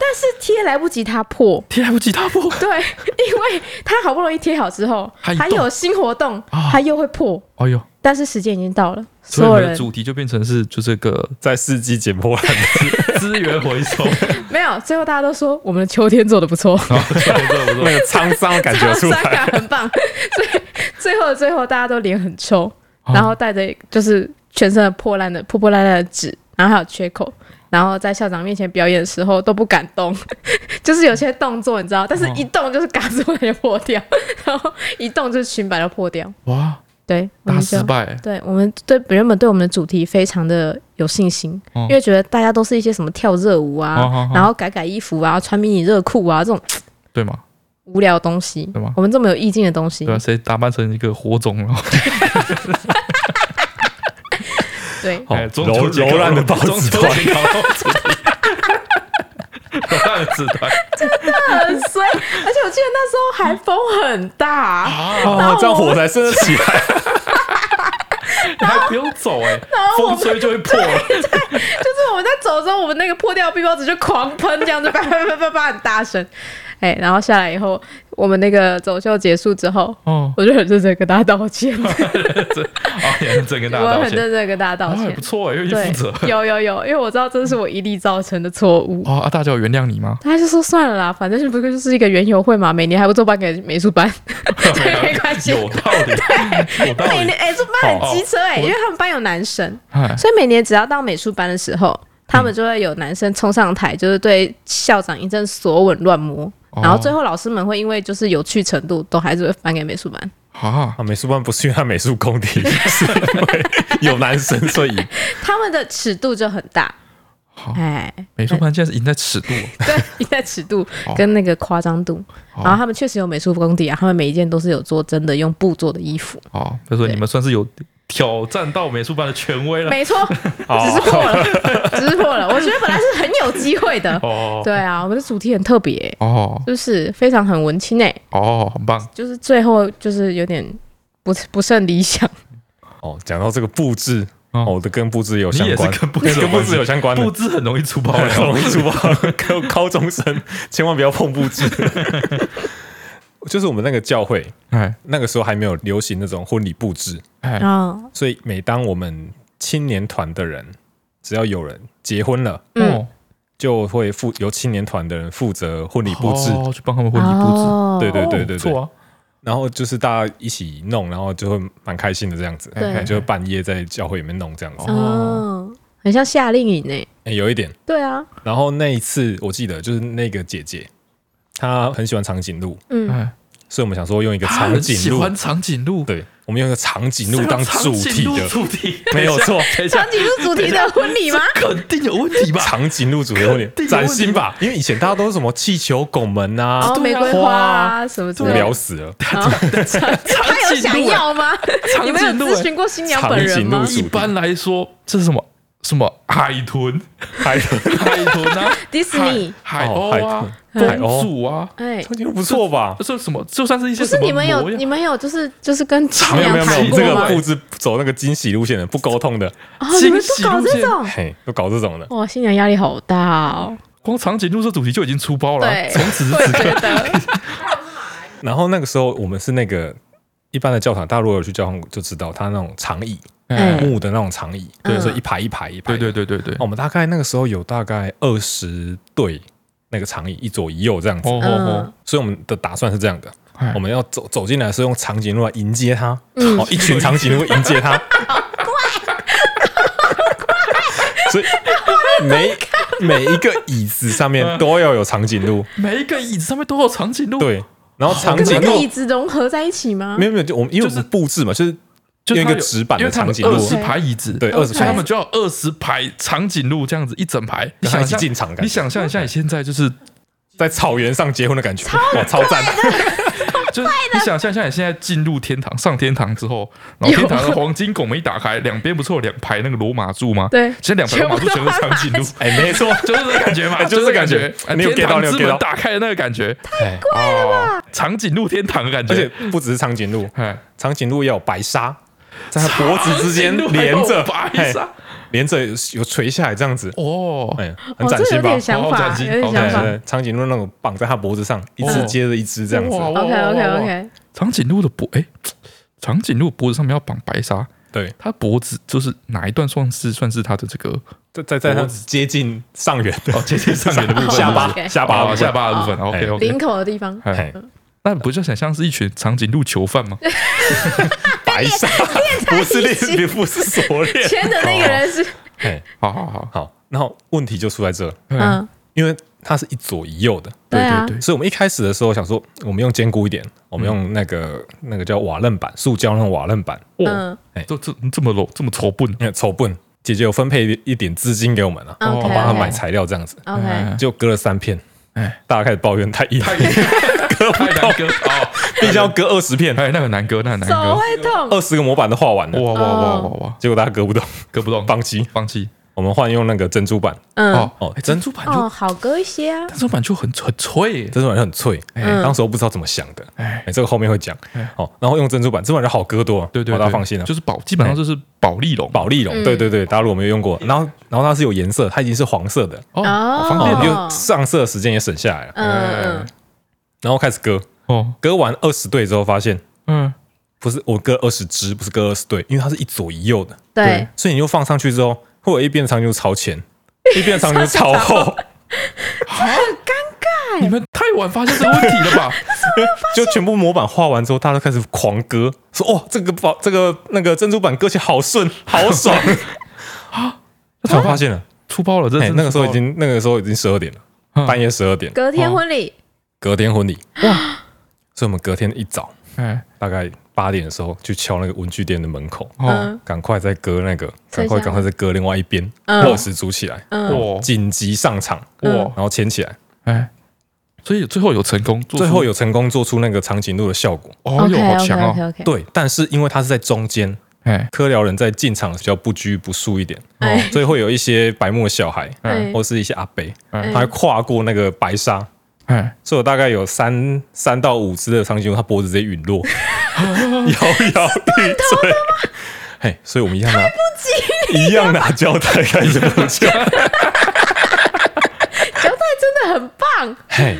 S1: 但是贴贴来不及它破，
S2: 贴来不及它破。
S1: 对， 因为它好不容易贴好之后，
S2: 还
S1: 还
S2: 动
S1: 有新活动，
S2: 啊
S1: 它又会破，
S2: 哎呦，
S1: 但是时间已经到了，所
S2: 所以
S1: 有
S2: 我们的
S1: 人
S2: 主题就变成是就这个
S3: 在四季捡破烂，
S2: 资源回 收，
S1: 没有，最后大家都说我们的秋天做的不错，
S3: 那个沧桑的感觉出
S1: 三
S3: 来。
S1: 感 很棒，所以最后最后大家都脸很臭，
S2: 哦
S1: 然后带着就是全身的破烂的破破烂烂的纸，然后还有缺口，然后在校长面前表演的时候都不敢动， 就是有些动作你知道，但是
S2: 哦
S1: 一动就是嘎子就破掉，然后一动就是裙摆就破掉，
S2: 哇，
S1: 对，我
S2: 大
S1: 们就
S2: 失败欸。
S1: 对我们对原本对我们的主题非常的有信心，
S2: 哦
S1: 因为觉得大家都是一些什么跳热舞啊，
S2: 哦哦哦
S1: 然后改改衣服啊，穿迷你热裤啊这种
S2: 对嘛？
S1: 无聊的东西
S2: 对吗，
S1: 我们这么有意境的东西，
S2: 对啊，谁打扮成一个火种然后
S1: 对
S3: 好
S2: 哎中
S3: 柔
S2: 秋节烤
S3: 柔烂的
S2: 肉
S3: 报纸
S2: 中秋节烤肉主题柔 烂的纸团
S1: 很衰，而且我记得那时候还风很大，
S2: 啊，
S3: 哦，这样火才升得起来。
S2: 你还不用走 哎，
S1: 我
S2: 风吹就会破了。
S1: 就是我们在走的时候，我们那个破掉的背包纸就狂喷，这样子叭叭叭叭叭很大声，哎，然后下来以后，我们那个走秀结束之后，
S2: 哦，
S1: 我就很认真地跟大家道歉，
S2: 啊，你很真跟大家
S1: 我
S2: 道
S1: 很
S2: 歉，
S1: 认真地跟大家道
S2: 啊，
S1: 歉
S2: 还不，错哎，因为你
S1: 对
S2: 负责。，
S1: 有有有，因为我知道这是我一力造成的错误。
S2: 哦啊，大家有原谅你吗？
S1: 他就说算了啦，反正不过就是一个园游会嘛，每年还不做颁给美术 班，所以 没关系。
S2: 有道理，有道
S1: 每
S2: 理
S1: 年。哎，这班很机车哎、
S2: 哦哦
S1: 因为他们班有男生，
S2: 哎，嗯
S1: 所以每年只要到美术班的时候，他们就会有男生冲上台，就是对校长一阵索吻乱摸，
S2: 哦
S1: 然后最后老师们会因为就是有趣程度，都还是会颁给美术班。
S2: 啊，
S3: 啊，美术班不是因为他美术功底， 是因为有男生所以
S1: 他们的尺度就很大
S2: 好，
S1: 哎，
S2: 美术班现在是赢在尺度，
S1: 对，一在尺度
S2: 好
S1: 跟那个夸张度。
S2: 好
S1: 然后他们确实有美术功底啊，他们每一件都是有做真的用布做的衣服。
S2: 哦，他说
S1: 对
S2: 你们算是有挑战到美术班的权威了。
S1: 没错，只是破了， 只是破了。我觉得本来是很有机会的。
S2: 哦
S1: 对啊，我们的主题很特别、
S2: 哦
S1: 就是非常很文青诶、欸
S2: 哦，很棒！
S1: 就是最后就是有点不不甚理想。
S3: 哦，讲到这个布置，
S2: 哦
S3: 哦，我的跟布置有
S2: 你
S3: 相
S2: 也是
S3: 关，
S2: 跟布置有
S3: 跟布
S2: 关系
S3: 置有相关的
S2: 布，置很容易出包
S3: 很 容
S2: 了，
S3: 易出包，高高中生千万不要碰布置。 就是我们那个教会，
S2: 哎
S3: 那个时候还没有流行那种婚礼布置，
S2: 哎
S1: 哦，
S3: 所以每当我们青年团的人，只要有人结婚了，
S1: 嗯
S2: 哦，
S3: 就会负由青年团的人负责婚礼布置。
S2: 哦去帮他们婚礼布置，
S1: 哦
S3: 对对对对
S2: 不
S3: 对
S2: 错啊，
S3: 然后就是大家一起弄，然后就会蛮开心的这样子，
S1: 对
S3: 哎就半夜在教会里面弄这样子，
S2: 哦
S1: 哦，很像夏令营诶、
S3: 哎有一点。
S1: 对啊，
S3: 然后那一次我记得就是那个姐姐，她很喜欢长颈鹿，
S1: 嗯，
S2: 哎，
S3: 所以我们想说用一个
S2: 他
S3: 长
S2: 很 喜
S3: 颈鹿，
S2: 欢长颈鹿，
S3: 对，我们用一个长颈鹿
S2: 这个
S3: 当
S2: 长
S3: 主
S2: 颈
S3: 题
S2: 鹿
S3: 的，
S2: 主题
S3: 没有错，
S2: 等一下
S1: 长，颈鹿主题的婚 礼吗？
S2: 肯定有问题吧？
S3: 长颈鹿主题婚礼
S2: 肯定有
S3: 崭
S2: 问题
S3: 新吧？因为以前大家都是什么气球、拱门啊
S1: 哦，，玫瑰花啊什么之
S3: 无
S1: 类
S3: 聊
S1: 的。
S3: 死了。
S1: 啊他有
S2: 长
S1: 想
S2: 颈鹿啊
S1: 要吗？
S2: 长
S1: 你们有
S2: 颈鹿哎
S1: 咨询过新娘本人吗
S3: 长颈？
S2: 啊
S3: 鹿
S2: 一般来说，这是什么什么海豚？
S3: 还有
S2: 海豚啊
S1: Disney
S2: 海海
S3: 哦
S2: 鸥啊，
S3: 海豚
S2: 公主啊，
S1: 哎，
S3: 长颈鹿不错吧？
S2: 这什么？就算是一些
S1: 不
S2: 什
S1: 是
S2: 么
S1: 你们有
S2: 模样
S1: 你们有就是就是跟新
S3: 没有
S1: 娘
S3: 没有没有，
S1: 谈
S3: 你
S1: 过
S3: 这个
S1: 吗？
S3: 布置走那个惊喜路线的，不沟通的，
S1: 哦，你们都搞这种，
S3: 嘿，都搞这种的。
S1: 哇，新娘压力好大哦。
S2: 光长颈鹿这主题就已经出包了啊、
S1: 对
S2: 从此
S1: 我也
S2: 此刻
S1: 觉得，
S3: 然后那个时候我们是那个一般的教堂，大家如果有去教堂就知道，它那种长椅
S1: 哎
S3: 木的那种长椅，
S1: 对
S3: 所以一排一排一排。
S2: 对对对对对
S3: 哦，，我们大概那个时候有大概二十对那个长椅，一左一右这样子。
S2: 哦哦
S1: 嗯，
S3: 所以我们的打算是这样的
S2: 哎，
S3: 我们要走走进来是用长颈鹿来迎接它，
S1: 嗯
S3: 哦，一群长颈鹿迎 接它，所以每每一个椅子上面都要有长颈 鹿，
S2: 每一个椅子上面都有长颈鹿，，
S3: 对，然后长
S1: 跟哦那
S3: 颈
S1: 个椅
S3: 鹿
S1: 子融合在一起吗？
S3: 没有没有，就我们因为我们布置嘛，就是
S2: 就是
S3: 用一个直板的长颈
S2: 二
S3: 鹿，
S2: 十排椅子，
S3: 对，
S1: OK
S3: 二十
S2: 所以他
S3: 排
S2: 们就要二十排长颈鹿这样子一整排，你
S3: 跟它
S2: 想
S3: 一起
S2: 象
S3: 进场感
S2: 你，想象一下，你现在就是
S3: 在草原上结婚的感觉，哇，超 赞！
S2: 就是你想象一下，你现在进入天堂，上天堂之后，然后天堂的黄金拱门一打开，两边不是有两排那个罗马柱吗？
S1: 对
S2: 现在两排罗马柱全是长颈鹿，
S3: 哎，没错，
S2: 就是这个感觉嘛，
S3: 哎就是这个感觉
S2: 哎
S3: 你有 get
S2: 天
S3: 到
S2: 堂
S3: 你有
S2: 之
S3: get 到
S2: 门打开的那个感觉，哦
S3: 哎，
S2: 怪了吧？长颈鹿天堂的感
S3: 而且
S2: 觉，
S3: 不只是长颈鹿，
S2: 哎，
S3: 长颈鹿要有白鲨，在他脖子之间连
S2: 哎
S3: 着，
S2: 白
S3: 嘿
S2: 纱
S3: 连着有有垂下来这样子，
S2: 哦，
S3: 哎，
S1: 哦，
S3: 很崭
S1: 这
S3: 新哎
S1: 有
S3: 吧
S1: 点？想
S2: 好
S1: 法，
S2: 崭新
S1: 有点
S2: 好
S1: 想
S2: 崭
S1: 法
S2: 新。
S3: 对，长颈鹿那种绑在他脖子上，一只
S2: 哦
S3: 接着一只这样子，
S2: 哇
S1: OK OK
S2: 哦
S1: OK，
S2: 长颈鹿的脖，哎、长颈鹿脖子上面要绑白纱，
S3: 对，
S2: 它脖子就是哪一段算是算是它的这个
S3: 在在在他
S2: 脖
S3: 接近上缘的
S2: 哦接近上缘的部分，
S3: 下
S1: 哦
S3: 巴
S1: ，OK
S3: 下巴
S2: 啊
S3: 的部分哎
S2: 下巴的部嗯分，OK 哎
S1: 领
S2: OK，
S1: 口的地方，
S3: 嘿
S2: 那不就很像是一群长颈鹿囚犯吗？
S3: 白纱，不是链，不是锁链。
S1: 签的那个人是
S3: 嘿
S2: 好好好，
S3: 好，然后问题就出在这，
S2: 嗯，
S1: 嗯，
S3: 因为它是一左一右的，
S1: 对
S2: 对
S1: 啊
S2: 对对，
S3: 所以我们一开始的时候想说，我们用坚固一点，我们用那个那个叫瓦楞板，塑胶那种瓦楞板，
S1: 嗯
S2: 哦这这这么柔这么丑笨，
S3: 嗯，丑笨。姐姐有分配一点资金给我们了、啊，
S1: ，OK，
S2: 我
S3: 帮她买
S1: OK
S3: 材料这样子，
S1: OK，
S2: 哎
S3: 就割了三片，
S2: 哎，
S3: 大家开始抱怨太硬，割不
S2: 太
S3: 到
S2: 难，割哦，
S3: 必须要割二十 片，
S2: 哎，那很难割，那很难
S1: 手
S2: 割，
S1: 会痛，
S3: 二十个模板都画完了，
S2: 哇哇哇哇
S1: 哦
S2: 哇，
S3: 结果大家割不动，
S2: 割不动，
S3: 放弃。
S2: 放弃
S3: 我们换用那个珍珠板，
S1: 嗯，
S2: 哦
S3: 嗯哦
S2: 哎珍珠板
S1: 哦，
S2: 就
S1: 好割一些啊，
S2: 珍珠板就很很脆耶，
S3: 珍珠板就很脆，
S1: 嗯
S3: 当时我不知道怎么想的，
S2: 哎
S3: 哎，这个后面会讲。哦，然后用珍珠板，珍珠板就好割多了，
S2: 对对，
S3: 哦大家
S2: 对
S3: 放哎心了。
S2: 就是保基本上就是保利龙，
S3: 保
S1: 嗯
S3: 利龙，对对对，大家如果没有用过，然后然后它是有颜色，它已经是黄色的，
S2: 哦，
S1: 哦
S2: 好方
S3: 哦
S2: 便，
S3: 你就上色的时间也省下来了，
S1: 嗯嗯，
S3: 然后开始割，
S2: 哦，
S3: 割完二十对之后发现。
S2: 嗯，
S3: 不是我割二十只，不是割二十对，因为它是一左一右的，
S1: 对，
S3: 所以你又放上去之后，会有一边的长颈鹿 朝前，一边的长颈鹿朝后，
S2: 你们太晚发现这个问题了 吧？
S3: 就全部模板画完之后，大家都开始狂割，说哦，这个宝这个那个珍珠板割起来好顺， 好爽啊！突然发现了，
S2: 出包了，这
S3: 哎，
S2: 真的哦嗯
S3: 那个时候已
S2: 出
S3: 经那个时候已经十二点了，
S2: 包了
S3: 半夜十二点，
S1: 隔天婚礼，
S3: 隔天婚礼哇！所以我们隔天一早
S2: 嗯哎
S3: 大概八点的时候去敲那个文具店的门口，
S2: 哦
S1: 嗯
S3: 赶快再割那个，赶快
S1: 剩下
S3: 赶快再割另外一边，
S1: 嗯
S3: 二十组起来，
S2: 哇
S3: 紧急上场，
S2: 哇
S3: 然后牵起来，
S1: 嗯
S2: 哎，所以最后有成功，做出
S3: 最后有成功做出那个长颈鹿的效果。
S2: 哦
S1: OK
S2: 有好
S1: OK
S2: 强
S1: OK
S2: 哦，
S1: OK，
S3: 对，但是因为它是在中间，
S2: 哎
S3: 科辽人在进场比较不拘不束一点，哦
S1: 哎
S3: 所以会有一些白目的小孩，
S1: 哎
S3: 或是一些阿伯，
S2: 哎
S3: 他会跨过那个白沙，
S2: 哎，
S3: 所以我大概有三三到五只的长颈鹿，它脖子直接陨 落，摇摇欲坠。嘿，所以我们一样拿，
S1: 啊
S3: 一样拿胶带开始补 救。
S1: 胶带真的很棒，
S3: 嘿，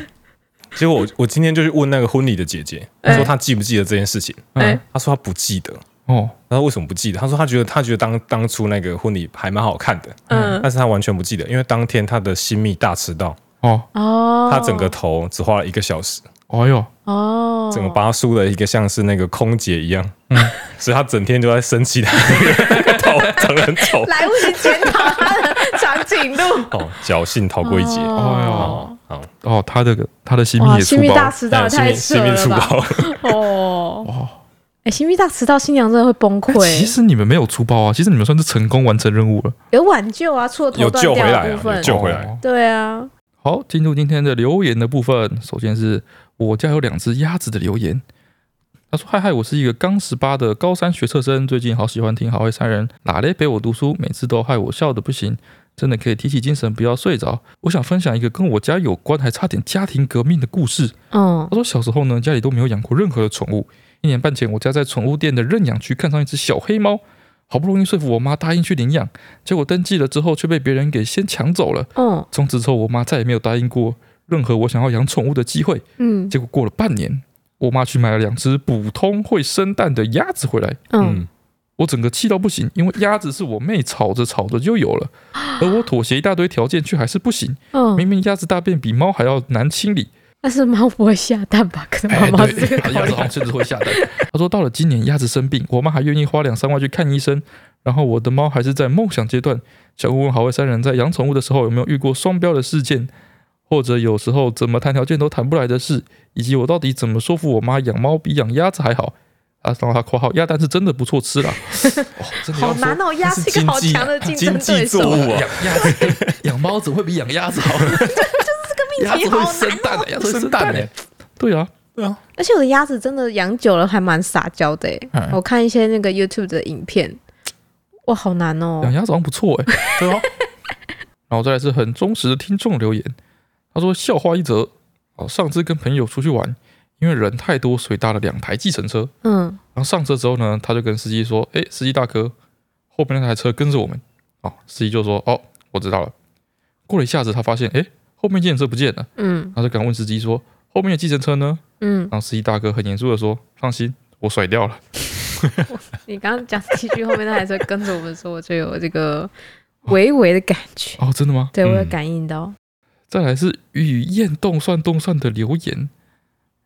S3: 结果我我今天就去问那个婚礼的姐姐，她说她记不记得这件事情？
S1: 哎
S3: 她说她不记得。
S2: 哦
S3: 她说为什么不记得？她说她觉得她觉得当当初那个婚礼还蛮好看的，
S1: 嗯
S3: 但是她完全不记得，因为当天她的新密大迟到，
S2: 哦
S1: 哦，
S3: 嗯她整个头只花了一个小时，
S2: 哦哟，
S1: 哦，
S3: 整个把她梳的一个像是那个空姐一样，
S1: 嗯
S3: 所以她整天就在生气，她那个头长得很 丑，，
S1: 来不及检讨他的长颈鹿
S3: 哦，侥幸逃过一劫，
S1: 哦
S3: 哦，好，
S2: 哦，他的他的新密
S1: 哇，
S2: 也出
S1: 新密大
S2: 包，
S1: 迟到也
S3: 新
S1: 太扯
S3: 密哎新密
S1: 了
S3: 出
S1: 吧，
S3: 包，
S1: 哦，哎，新密大迟到，新娘真的会崩
S3: 哎
S2: 哎
S1: 溃，
S2: 其实你们没有出包啊，其实你们算是成功完成任务了。
S1: 有挽救啊，除了头
S3: 有
S1: 断
S3: 救回
S1: 掉
S3: 来
S1: 的部
S3: 啊，有
S1: 分，
S3: 救回来。
S2: 哦
S1: 对啊，
S2: 好，进入今天的留言的部分。首先是我家有两只鸭子的留言。他说：“嗨嗨，我是一个刚十八的高三学测生，最近好喜欢听《好坏三人》，哪嘞陪我读书，每次都害我笑得不行，真的可以提起精神，不要睡着。我想分享一个跟我家有关，还差点家庭革命的故事。
S1: 嗯
S2: 他说小时候呢，家里都没有养过任何的宠物。一年半前，我家在宠物店的认养区看上一只小黑猫，好不容易说服我妈答应去领养，结果登记了之后却被别人给先抢走了。
S1: 嗯
S2: 从此之后，我妈再也没有答应过任何我想要养宠物的机会。
S1: 嗯
S2: 结果过了半年，我妈去买了两只普通会生蛋的鸭子回来，
S1: 嗯，
S3: 嗯，
S2: 我整个气到不行，因为鸭子是我妹吵着吵着就有了，而我妥协一大堆条件，却还是不行。
S1: 嗯，
S2: 明明鸭子大便比猫还要难清理，
S1: 但是猫不会下蛋吧？可能
S2: 哎
S1: 妈妈是
S2: 对
S1: 这个考
S2: 鸭
S1: 虑
S2: 子好。像甚至会下蛋。他说到了 今年鸭子生病，我妈还愿意花两三万去看医生。然后我的猫还是在梦想阶段。小顾问好味三人在养宠物的时候有没有遇过双标的事件，或者有时候怎么谈条件都谈不来的事，以及我到底怎么说服我妈养猫比养鸭子还好啊？然后他括号鸭蛋是真的不错 吃啦。哦，真的要
S1: 好
S2: 说
S1: 难哦，鸭
S3: 是
S1: 是一个好
S3: 经济啊
S1: 强的竞争
S3: 经济
S1: 对手
S3: 作。物
S2: 养鸭子、养猫怎么会比养鸭子 好？就是这个
S1: 命题哦
S2: 鸭子会生蛋、欸，鸭子 会生蛋、欸，对啊，
S3: 对啊，
S1: 而且我的鸭子真的养久了还蛮撒娇的欸、
S2: 哎
S1: 我看一些那个 YouTube 的影片，哇，好难哦、
S2: 养鸭子好像不错哎、 对啊。然后再来是啊很忠实的听众留言，他说笑话一则，哦，上次跟朋友出去玩，因为人太多，所以搭了两台计程车。
S1: 嗯，
S2: 然后上车之后呢，他就跟司机说：“哎，司机大哥，后边那台车跟着我们。”哦，司机就说：“哦，我知道了。”过了一下子，他发现哎，后面计程车不见了，
S1: 嗯
S2: 然后就赶问司机说：“后面的计程车呢
S1: 嗯？”，
S2: 然后司机大哥很严肃的说：“放心，我甩掉了。
S1: 你刚刚讲几句，后面那台车跟着我们说，我就有这个微微的感”觉，
S2: 哦，真的吗？
S1: 对我有
S3: 嗯
S1: 感应到。
S2: 再来是雨燕动算动算的留言，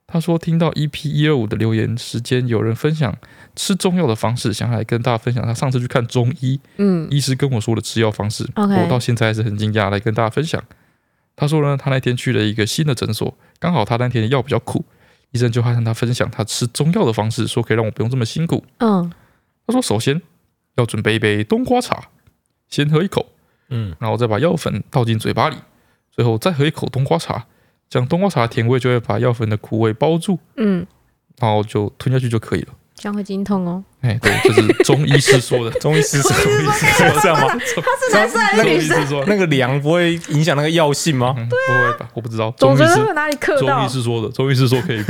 S2: 他说听到 EP 一二五的留言时间，有人分享吃中药的方式，想要来跟大家分享他上次去看中医，
S1: 嗯
S2: 医师跟我说的吃药方式
S1: OK
S2: 我到现在还是很惊讶，来跟大家分享。他说呢，他那天去了一个新的诊所，刚好他那天的药比较苦，医生就还让他分享他吃中药的方式，说可以让我不用这么辛苦。
S1: 嗯
S2: 他说，首先要准备一杯冬瓜茶，先喝一口，
S3: 嗯，。
S2: 然后再把药粉倒进嘴巴里，最后再喝一口冬瓜茶，这样冬瓜茶的甜味就会把药粉的苦味包住，
S1: 嗯，
S2: 然后就吞下去就可以了。
S1: 这样会经痛哦。
S2: 哎，对，这是中医师说 的
S3: 中医师是中医师是这样吗？
S1: 他是
S3: 男
S1: 男
S3: 生
S1: 生
S3: 还
S1: 还是
S3: 是
S2: 中
S1: 女
S2: 医师
S1: 生？
S2: 说，
S3: 那个凉不会影响那个药性 吗？
S2: 嗯，不会吧？我不知道。
S1: 总
S2: 中医
S1: 觉
S2: 师
S1: 得会哪里刻
S2: 中
S1: 到
S2: 医。师说的，中医师说可以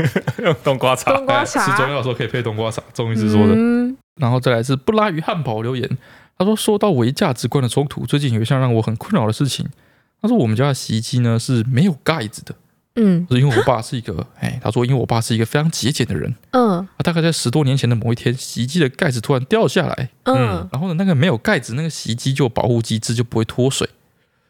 S3: 冬瓜茶
S1: 冬瓜
S2: 哎吃中
S1: 茶，
S2: 药的时候可以配冬瓜茶，中医师说的。
S1: 嗯
S2: 然后再来是布拉鱼汉堡留言，他说说到为价值观的冲突，最近有一项让我很困扰的事情。他说我们家的洗衣机呢是没有盖子的，
S1: 嗯
S2: 就是因为我爸是一个，哎，他说因为我爸是一个非常节俭的人，
S1: 嗯
S2: 啊，大概在十多年前的某一天，洗衣机的盖子突然掉下来，
S1: 嗯
S2: 然后呢，那个没有盖子那个洗衣机就有保护机制，就不会脱水。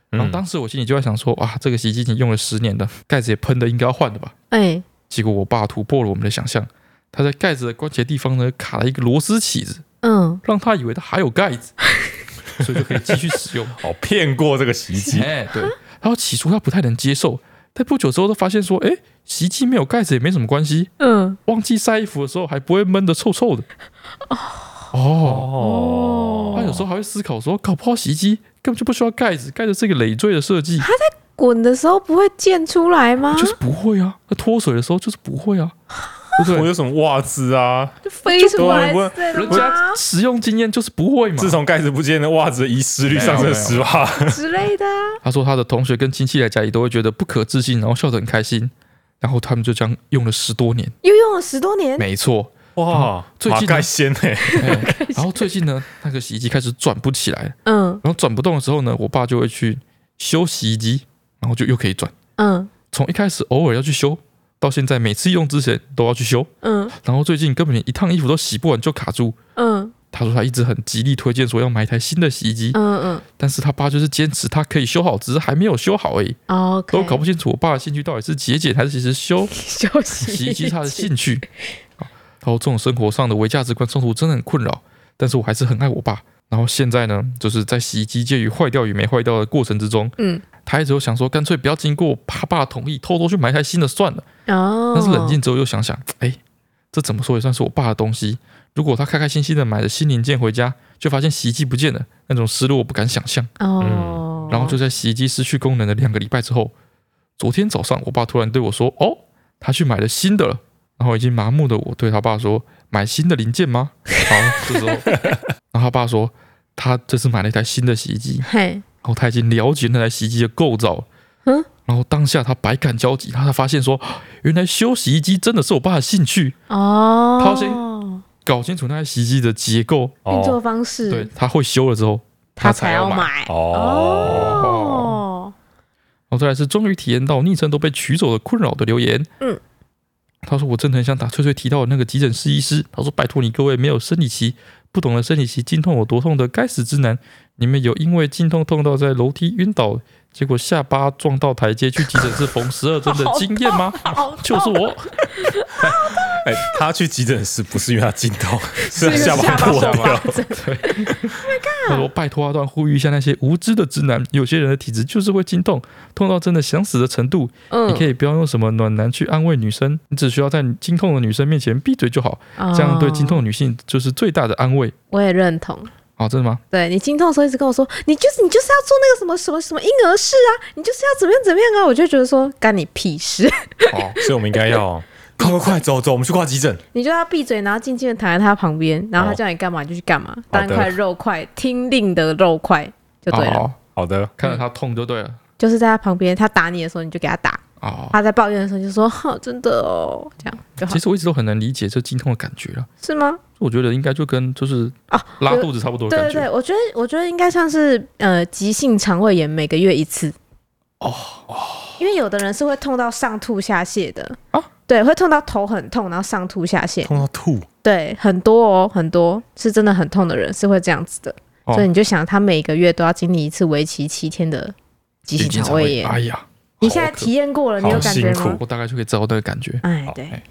S2: 然后
S3: 嗯
S2: 当时我心里就在想说，哇，这个洗衣机已经用了十年了，盖子也喷的，应该要换了吧？
S1: 哎
S2: 结果我爸突破了我们的想象，他在盖子的关节地方呢卡了一个螺丝起子，
S1: 嗯，
S2: 让他以为它还有盖子， 所以就可以继续使用。
S3: 哦，骗过这个洗衣机，
S2: 哎，对。然后起初他不太能接受，但不久之后他发现说，哎，洗衣机没有盖子也没什么关系，
S1: 嗯
S2: 忘记晒衣服的时候还不会闷得臭臭的。哦
S1: 哦
S2: 他有时候还会思考说，搞不好洗衣机根本就不需要盖子，盖子是一个累赘的设计，
S1: 滚的时候不会溅出来吗？
S2: 就是不会啊。那脱水的时候就是不会啊，对
S3: 我
S2: 不
S3: 有什么袜子啊？
S1: 就飞出来
S3: 就不会
S1: 是
S2: 对？人
S1: 吗
S2: 家使用经验就是不会嘛。
S3: 自从盖子不见，那袜子的遗失率上升十八。
S1: 之类的啊。
S2: 他说他的同学跟亲戚来家里都会觉得不可置信，然后笑得很开心，然后他们就这样用了十多年。
S1: 又用了十多年，
S2: 没 错，
S3: 哇，
S2: 最
S3: 马
S2: 近
S3: 盖先 哎，
S2: 哎然后最近呢，那个洗衣机开始转不起来，
S1: 嗯
S2: 然后转不动的时候呢，我爸就会去修洗衣机，然后就又可以转。
S1: 嗯
S2: 从一开始偶尔要去修，到现在每次用之前都要去修。
S1: 嗯
S2: 然后最近根本连一趟衣服都洗不完就卡住。
S1: 嗯
S2: 他说他一直很极力推荐说要买一台新的洗衣机，
S1: 嗯
S2: 但是他爸就是坚持他可以修好，只是还没有修好而已，
S1: 嗯，OK，
S2: 都搞不清楚我爸的兴趣到底是节俭还是其实修
S1: 休息。
S2: 洗衣机他的兴趣。啊然后这种生活上的唯价值观冲突真的很困扰，但是我还是很爱我爸。然后现在呢，就是在洗衣机介于坏掉与没坏掉的过程之中，
S1: 嗯，
S2: 他一直有想说干脆不要经过他爸同意，偷偷去买一台新的算了。
S1: 哦，
S2: 但是冷静之后又想想，哎、这怎么说也算是我爸的东西。如果他开开心心的买了新零件回家，就发现洗衣机不见了，那种失落我不敢想象。
S1: 哦，
S2: 嗯然后就在洗衣机失去功能的两个礼拜之后，昨天早上我爸突然对我说：“哦，他去买了新的了。”然后已经麻木的我对他爸说：“买新的零件吗？”好，这时候，然后他爸说：“他这次买了一台新的洗衣机。”
S1: 嘿，
S2: 然后他已经了解那台洗衣机的构造，
S1: 嗯，
S2: 然后当下他百感交集，他才发现说，原来修洗衣机真的是我爸的兴趣，
S1: 哦，
S2: 掏心搞清楚那台洗衣机的结构，
S1: 运作
S3: 哦
S1: 方式，
S2: 对，他会修了之后，
S1: 他
S2: 才
S1: 才要
S2: 要买
S1: 买
S3: 哦，
S1: 哦，
S2: 然后再来是终于体验到昵称都被取走的困扰的留言，
S1: 嗯，
S2: 他说我真的很想打翠翠提到的那个急诊室医师，他说拜托你各位没有生理期。不懂得生理期经痛有多痛的该死之男，你们有因为经痛痛到在楼梯晕倒，结果下巴撞到台阶去急诊室缝十二针的经验吗？
S1: 好啊
S2: 就是我，
S3: 哎，他去急诊室不是因为他惊 到，是他
S1: 是
S3: 下巴
S1: 下巴
S3: 破
S1: 受
S3: 掉。
S2: 他说：“拜托阿段呼吁一下那些无知的直男，有些人的体质就是会经痛，痛到真的想死的程度。
S1: 嗯，
S2: 你可以不要用什么暖男去安慰女生，你只需要在经痛的女生面前闭嘴就好，这样对经
S1: 哦，
S2: 痛女性就是最大的安慰。
S1: 我也认同。
S2: 啊，真 的吗？
S1: 对你经痛的时候一直跟我说，你就是你就是要做那个什么什么什么婴儿室啊，你就是要怎么样怎么样啊，我就觉得说干你屁事，
S2: 哦，
S3: 所以我们应该要 快快快走走，我们去挂急诊。
S1: 你就要闭嘴，然后静静的躺在他旁边，然后他
S3: 哦
S1: 叫你干嘛你就去干嘛，
S3: 好
S1: 当
S3: 的
S1: 一块肉块，听令的肉块就对了，嗯
S2: 哦，
S3: 好的，
S2: 看着他痛就对了。
S1: 就是在他旁边，他打你的时候你就给他打，
S2: 哦，
S1: 他在抱怨的时候就说：“哼，真的哦，这样就好
S2: 其，实我一直都很难理解这经痛的感觉啊，
S1: 是吗
S2: 我觉得应该就跟就是？”
S1: 哦，
S2: 拉
S1: 有
S2: 肚子差不多的
S1: 对
S2: 感
S1: 对
S2: 觉。
S1: 对，我觉得我觉得应该像是呃急性肠胃炎，每个月一次。哦哦，因为有的人是会痛到上吐下泻的
S2: 啊
S1: 对，会痛到头很痛，然后上吐下泻，
S3: 痛到吐，
S1: 对，很多哦，很多是真的很痛的人是会这样子的，
S2: 哦
S1: 所以你就想他每个月都要经历一次为期七天的急性肠胃炎，
S2: 哎呀，
S1: 你现在
S2: 好可
S1: 体验过了，你有
S3: 好
S1: 感觉
S3: 辛
S1: 吗
S3: 苦？
S2: 我大概就可以知道那个感觉。
S1: 哎
S2: 好，
S1: 对，
S2: 哎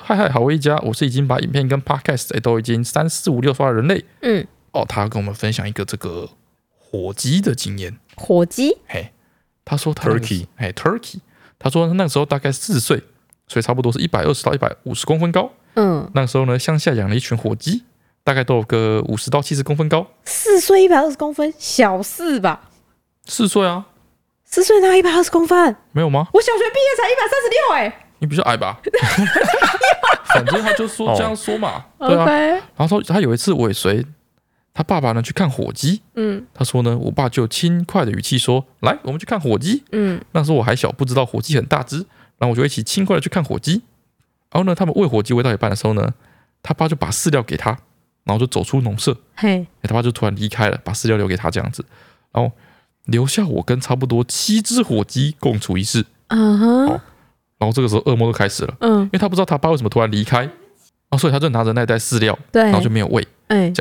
S2: 嗨嗨，好味一家，我是已经把影片跟 podcast 哎也都已经三四五六刷的人类
S1: 嗯，
S2: 哦，他跟我们分享一个这个火鸡的经验。
S1: 火鸡
S2: 嘿，他说他那个
S3: Turkey
S2: 哎 Turkey，他说他那个时候大概四岁，所以差不多是一百二十到一百五十公分高。
S1: 嗯，
S2: 那个时候呢，乡下养了一群火鸡，大概都有个五十到七十公分高。
S1: 四岁一百二十公分，小四吧，
S2: 四岁啊，
S1: 四岁哪一百二十公分？
S2: 没有吗？
S1: 我小学毕业才一百三十六，哎
S2: 你比较矮吧？ 反正他就说这样说嘛，
S1: 哦
S2: 对啊。
S1: ，OK，
S2: 然后他他有一次尾随他爸爸呢去看火鸡，
S1: 嗯
S2: 他说呢，我爸就轻快的语气说：“来，我们去看火鸡。
S1: 嗯”
S2: 那时候我还小，不知道火鸡很大只，然后我就一起轻快的去看火鸡。然后呢，他们喂火鸡喂到一半的时候呢，他爸就把饲料给他，然后就走出农舍，
S1: 嘿，
S2: 欸他爸就突然离开了，把饲料留给他这样子，然后留下我跟差不多七只火鸡共处一室。
S1: 嗯哼
S2: 好，然后这个时候噩梦都开始了。
S1: 嗯
S2: 因，为他不知道他爸为什么突然离开，啊，所以他就拿着那袋饲料，
S1: 对
S2: 然，后就没有喂，
S1: 哎，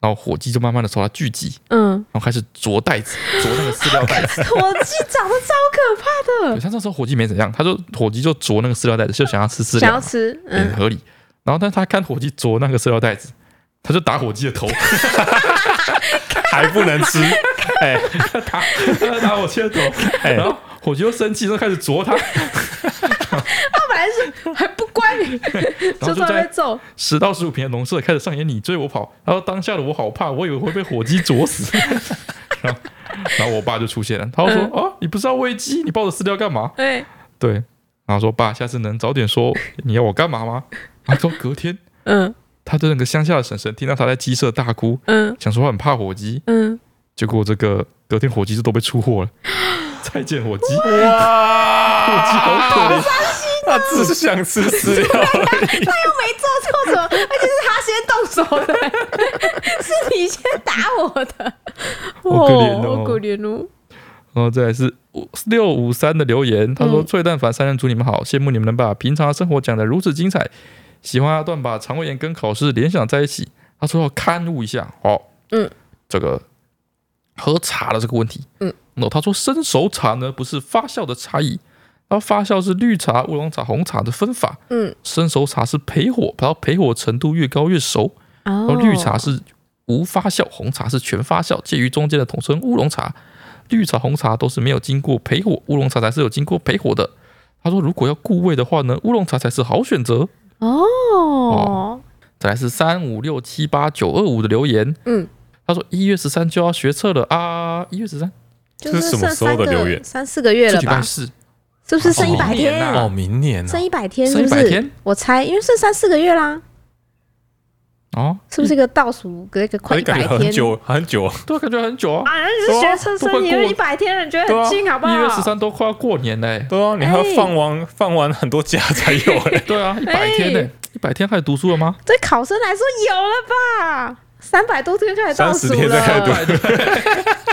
S2: 然后火鸡就慢慢的朝他聚集，
S1: 嗯，
S2: 然后开始啄袋子，啄那个饲料袋子。
S1: 火鸡长得超可怕
S2: 对，像那时候火鸡没怎样，他就火鸡就啄那个饲料袋子，就想要吃饲
S1: 想
S2: 料
S1: 要
S2: 嘛，
S1: 吃，
S2: 也很
S1: 嗯，
S2: 合理。然后，但是他看火鸡啄那个饲料袋子，他就打火鸡的头，
S3: 还不能 吃，哎
S2: 打他打火鸡 的头，
S3: 哎
S2: 然后火鸡又生气，就开始啄他，
S1: 他本来是还不乖，
S2: 然后
S1: 就
S2: 就
S1: 在那
S2: 在
S1: 边揍，
S2: 十到十五平的农舍开始上演你追我跑，然后当下的我好怕，我以为会被火鸡啄死。 然后，然后我爸就出现了，他就说：“
S1: 嗯
S2: 啊，你不是要喂鸡，你抱着饲料干嘛
S1: 哎，？”
S2: 对，然后说：“爸，下次能早点说你要我干嘛吗？”然后说隔天，
S1: 嗯
S2: 他的那个乡下的婶婶听到他在鸡舍大哭，
S1: 嗯
S2: 想说他很怕火鸡，
S1: 嗯，
S2: 结果这个隔天火鸡就都被出货了。再见火鸡，
S3: 哇，
S2: 火鸡好可怜。啊
S3: 他只是想吃饲料，
S1: 没做错什么，而且是他先动手 的，是你先打我的，
S2: 好可怜哦
S1: 好可怜哦，
S2: 然后再来是五六五三的留言，他说：“
S1: 嗯
S2: 脆蛋凡三人组，你们好，羡慕你们能把平常的生活讲得如此精彩，喜欢阿段把肠胃炎跟考试联想在一起。”他说要刊物一下，哦，
S1: 嗯，
S2: 这个喝茶的这个问题，
S1: 嗯，
S2: 那、他说生熟茶呢不是发酵的差异，然后发酵是绿茶、乌龙茶、红茶的分法，
S1: 嗯，
S2: 生熟茶是焙火，然后焙火程度越高越熟，然后
S1: 哦
S2: 绿茶是无发酵，红茶是全发酵，介于中间的统称乌龙茶。绿茶、红茶都是没有经过焙火，乌龙茶才是有经过焙火的。他说，如果要固味的话呢，乌龙茶才是好选择。
S1: 哦，
S2: 再来是三五六七八九二五的留言，
S1: 嗯，
S2: 他说一月十三就要学测了啊，一月十三
S1: 就是
S3: 这是什么
S1: 剩
S3: 时候
S1: 三
S3: 的
S1: 个
S3: 留言
S1: 三四个月
S2: 这
S1: 了
S2: 礼拜
S1: 吧？
S2: 四，
S1: 是不是 剩一百
S2: 明年
S1: 天？
S2: 啊
S3: 哦，明年
S1: 剩
S3: 哦，
S1: 一百天是
S2: 剩
S1: 不
S2: 100天
S1: 是？我猜，因为剩三四个月啦，
S2: 哦，
S1: 是不是一个倒数？
S2: 嗯
S1: 一个快
S3: 哎
S1: 一百
S3: 感觉
S1: 天，
S3: 很久很久，
S2: 对啊，感觉很久啊，
S1: 啊，你是学生
S2: 对啊都快
S1: 生，你
S2: 过了
S1: 一百天了，你觉得
S3: 对啊
S1: 很近好不
S2: 一月十
S1: 好？
S2: 三都快要过年嘞、
S3: 对啊，你还要
S1: 哎
S3: 放完放完很多假才有 哎，
S2: 对啊，一百天嘞、一百天开始读书了吗？
S1: 对考生来说有了吧？三百多天就来倒数
S3: 30天再开始
S1: 了，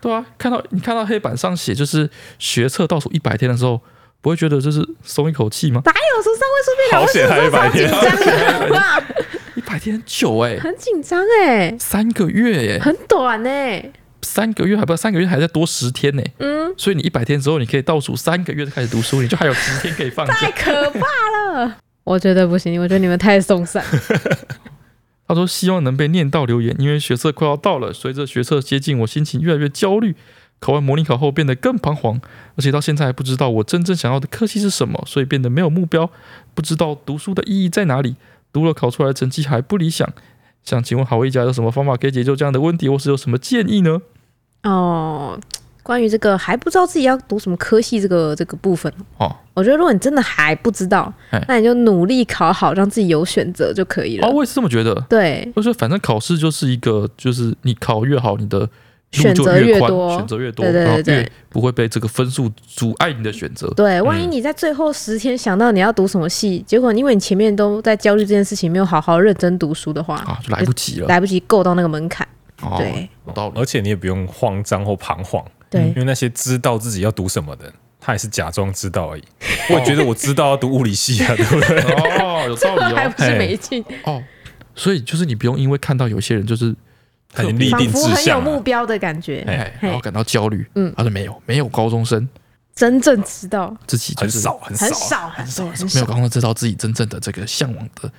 S2: 对啊，看到你看到黑板上写就是学测倒数一百天的时候，不会觉得就是松一口气吗？
S1: 哪有说三位数变两
S3: 好
S1: 位数
S3: 险还一百天，
S1: 真的好不好？
S2: 一百天很久哎、
S1: 很紧张哎，
S2: 三个月哎、
S1: 很短哎、
S2: 三个月还不三个月还再多十天呢、
S1: 嗯，
S2: 所以你一百天之后，你可以倒数三个月开始读书，你就还有十天可以放假
S1: 太。可怕了。我觉得不行，我觉得你们太松散。
S2: 他说希望能被念到留言，因为学测快要到了，随着学测接近，我心情越来越焦虑。考完模拟考后变得更彷徨，而且到现在还不知道我真正想要的科系是什么，所以变得没有目标，不知道读书的意义在哪里。读了考出来的成绩还不理想，想请问好味一家有什么方法可以解救这样的问题，或是有什么建 议呢？
S1: 哦，关于这个还不知道自己要读什么科系这个这个部分，
S2: 哦，
S1: 我觉得如果你真的还不知道
S2: 哎，
S1: 那你就努力考好，让自己有选择就可以了。
S2: 哦，我也是这么觉得。
S1: 对，
S2: 就是反正考试就是一个，就是你考越好，你的路
S1: 选
S2: 就
S1: 择
S2: 越
S1: 越
S2: 宽
S1: 多
S2: 选择越多，
S1: 对对
S2: 然后
S1: 对
S2: 越不会被这个分数阻碍你的选择。
S1: 对，万一
S2: 嗯
S1: 你在最后十天想到你要读什么系，结果因为你前面都在焦虑这件事情，没有好好认真读书的话，
S2: 啊，就来不及了。
S1: 来不及够到那个门槛。
S2: 哦，
S1: 对
S2: 有道理
S3: 而且你也不用慌张或彷徨，
S1: 对
S3: 因，
S2: 嗯
S3: 为那些知道自己要读什么的，他也是假装知道而已。我也觉得我知道要读物理系啊，对 不对？
S2: 哦，有道理
S1: 还
S2: 哦
S1: 不是没进，
S2: 哦。所以就是你不用因为看到有些人就是
S3: 他已经立
S1: 仿
S3: 定
S1: 佛
S3: 志
S1: 很有
S3: 向啊
S1: 目
S3: 了。
S1: 标的感觉，
S2: 哎，
S1: 嘿
S2: 然后感到焦虑，嗯
S1: 嗯，
S2: 他说没有，没有高中生
S1: 真正知道
S2: 自己就
S3: 很
S2: 是
S3: 少，啊很
S1: 很
S3: 少，
S1: 少，很少，很
S2: 没有
S1: 少
S2: 高。中生知道自己真正的这个向往的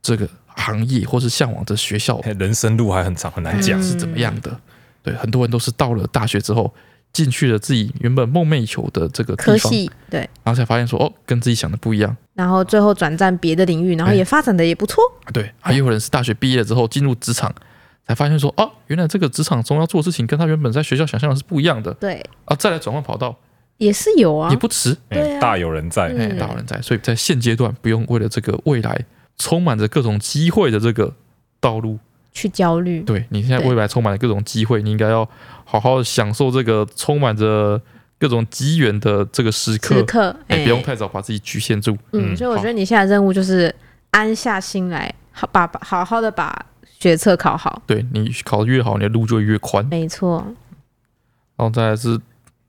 S2: 这个行业或是向往的学校
S3: 嘿人生路还很长，很难讲。
S1: 嗯
S3: 嗯
S2: 是怎么样的。对，很多人都是到了大学之后进去了自己原本梦寐以求的这个
S1: 科
S2: 地方，
S1: 系对，
S2: 然后才发现说哦，跟自己想的不一样。
S1: 然后最后转战别的领域，然后
S2: 哎
S1: 也发展的也不错。
S2: 啊对，还有人是大学毕业了之后进入职场，才发现说哦，原来这个职场中要做的事情跟他原本在学校想象的是不一样的
S1: 对，
S2: 啊，再来转换跑道
S1: 也是有啊
S2: 也，不迟。
S3: 哎
S1: 对啊
S3: 大有人在。
S2: 哎，
S1: 嗯
S2: 大有人在，所以在现阶段不用为了这个未来充满着各种机会的这个道路，
S1: 去焦虑。
S2: 对你现在
S1: 对
S2: 未来充满了各种机会，你应该要好好地享受这个充满着各种机缘的这个时刻
S1: 时。刻，
S2: 哎、
S1: 哎
S2: 不用太早把自己局限住。
S1: 嗯，
S3: 嗯
S1: 所以我
S2: 好
S1: 觉得你现在的任务就是安下心来，好把把好好的把学测考好。
S2: 对你考得越好，你的路就会越宽。
S1: 没错，
S2: 然后再来是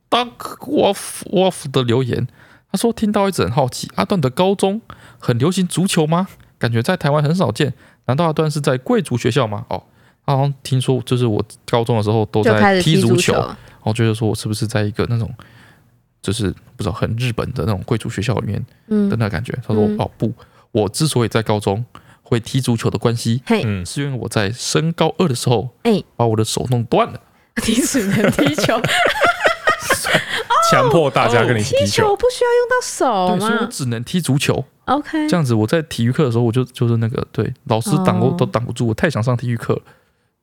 S2: Duck Wolf Wolf 的留言，他说听到一直很好奇，阿段的高中很流行足球吗？感觉在台湾很少见，难道阿段是在贵族学校吗？哦，他好像听说就是我高中的时候都
S1: 就开
S2: 在
S1: 始
S2: 踢
S1: 足
S2: 足球，然后觉得说我是不是在一个那种就是不知道很日本的那种贵族学校里面的
S1: 嗯，
S2: 那感觉？他说
S1: 嗯
S2: 哦不，我之所以在高中会踢足球的关系，
S1: 嘿，
S3: 嗯，
S2: 是因为我在升高二的时候，
S1: 哎
S2: 把我的手弄断了。
S1: 你只能 踢 球，
S3: 强迫大家跟你一起
S1: 哦踢
S3: 踢球。
S1: 球不需要
S2: 对，
S1: 用到手
S2: 所以我
S1: 嘛
S2: 只能踢足球。
S1: ？OK，
S2: 这样子，我在体育课的时候，我就就是那个对老师挡我
S1: 哦
S2: 都挡不住，我太想上体育课了。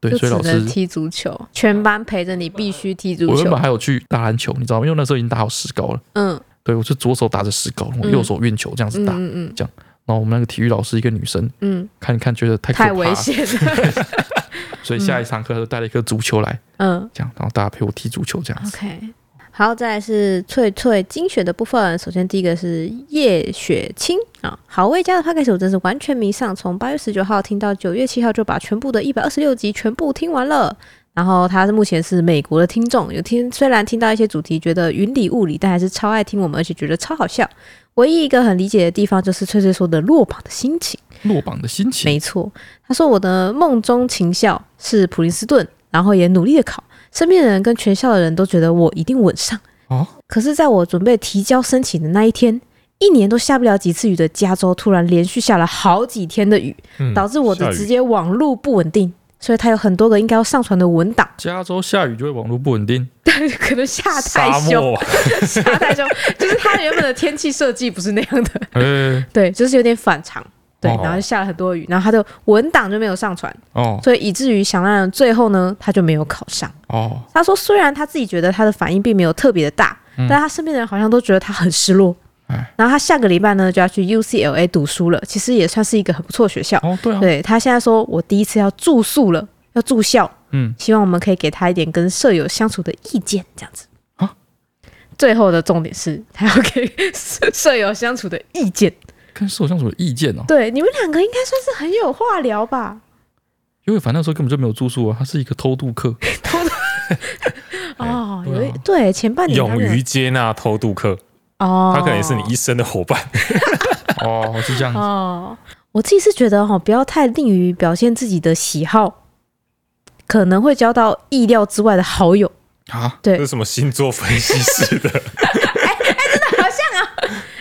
S2: 对，
S1: 就
S2: 所以
S1: 只
S2: 老
S1: 能
S2: 师，
S1: 踢足球，全班陪着你必须踢足
S2: 我原
S1: 球
S2: 本。还有去打篮球，你知道吗？因为那时候已经打好石膏了。
S1: 嗯
S2: 对，我是左手打着石膏，我
S1: 嗯
S2: 右手运球这样子
S1: 嗯
S2: 打。
S1: 嗯嗯
S2: 然后我们那个体育老师一个女生，
S1: 嗯，
S2: 看一看觉得太可怕
S1: 太危险 了。
S2: 所以下一堂课她就带了一颗足球来，
S1: 嗯
S2: 这样，然后大家陪我踢足球这样子。
S1: ，OK。好，再来是翠翠精选的部分。首先，第一个是叶雪清啊，好味家的 p o d c 我真是完全迷上，从八月十九号听到九月七号，就把全部的一百二十六集全部听完了。然后他目前是美国的听众，有听虽然听到一些主题觉得云里雾里，但还是超爱听我们，而且觉得超好笑。唯一一个很理解的地方就是翠翠说的落榜的心情。
S2: 落榜的心情，
S1: 没错，他说我的梦中情校是普林斯顿，然后也努力的考，身边的人跟全校的人都觉得我一定稳上。
S2: 哦，
S1: 可是在我准备提交申请的那一天，一年都下不了几次雨的加州，突然连续下了好几天的雨，
S3: 嗯
S1: 导致我
S3: 下
S1: 的
S3: 雨
S1: 直接网路不稳定。所以它有很多个应该要上传的文档，
S2: 加州下雨就会网络不稳定，
S1: 可能下太
S3: 沙
S1: 凶，
S3: 漠
S1: 下太凶，就是它原本的天气设计不是那样的，
S2: 哎、
S1: 对，就是有点反常，对，
S2: 哦
S1: 然后就下了很多雨，然后它的文档就没有上传，
S2: 哦
S1: 所以以至于想让人最后呢，他就没有考上。
S2: 哦，
S1: 他说，虽然他自己觉得他的反应并没有特别的大，
S2: 嗯
S1: 但他身边的人好像都觉得他很失落
S2: 哎。
S1: 然后他下个礼拜呢就要去 UCLA 读书了，其实也算是一个很不错的学校。
S2: 哦对啊，
S1: 对他现在说，我第一次要住宿了，要住校，
S2: 嗯，
S1: 希望我们可以给他一点跟舍友相处的意见，这样子
S2: 啊。
S1: 最后的重点是，他要给舍友相处的意见。
S2: 跟社相处的意见哦。
S1: 对，你们两个应该算是很有话聊吧？
S2: 因为反正那时候根本就没有住宿啊，他是一个偷渡客。
S1: 哦，
S2: 对啊
S1: 有一对前半年他
S3: 勇
S1: 没有
S3: 于接纳偷渡客，
S1: 哦，
S3: 他可能也是你一生的伙伴。
S2: 哦，是这样子。
S1: 哦。我自己是觉得哈，不要太吝于表现自己的喜好，可能会交到意料之外的好友。
S2: 啊，
S3: 这是什么星座分析师 的？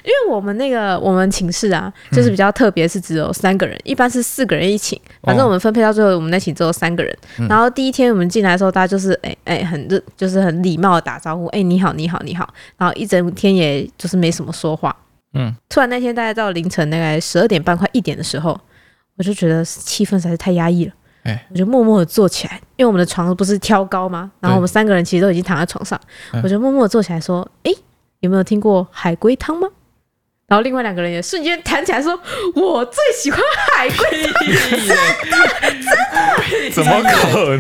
S1: 因为我们那个我们寝室啊，
S3: 嗯
S1: 就是比较特别，是只有三个人，一般是四个人一寝。反正我们分配到最后，我们那寝只有三个人。
S3: 嗯
S1: 然后第一天我们进来的时候，大家就是哎哎、很热，就是很礼貌的打招呼，哎、你好你好你好。然后一整天也就是没什么说话。
S2: 嗯，
S1: 突然那天大概到凌晨大概十二点半快一点的时候，我就觉得气氛实在是太压抑了。
S2: 哎
S1: 我就默默的坐起来，因为我们的床不是挑高吗？然后我们三个人其实都已经躺在床上，
S2: 嗯
S1: 我就默默的坐起来说：“哎、有没有听过海龟汤吗？”然后另外两个人也瞬间弹起来说：“我最喜欢海龟。
S3: 怎么可能？”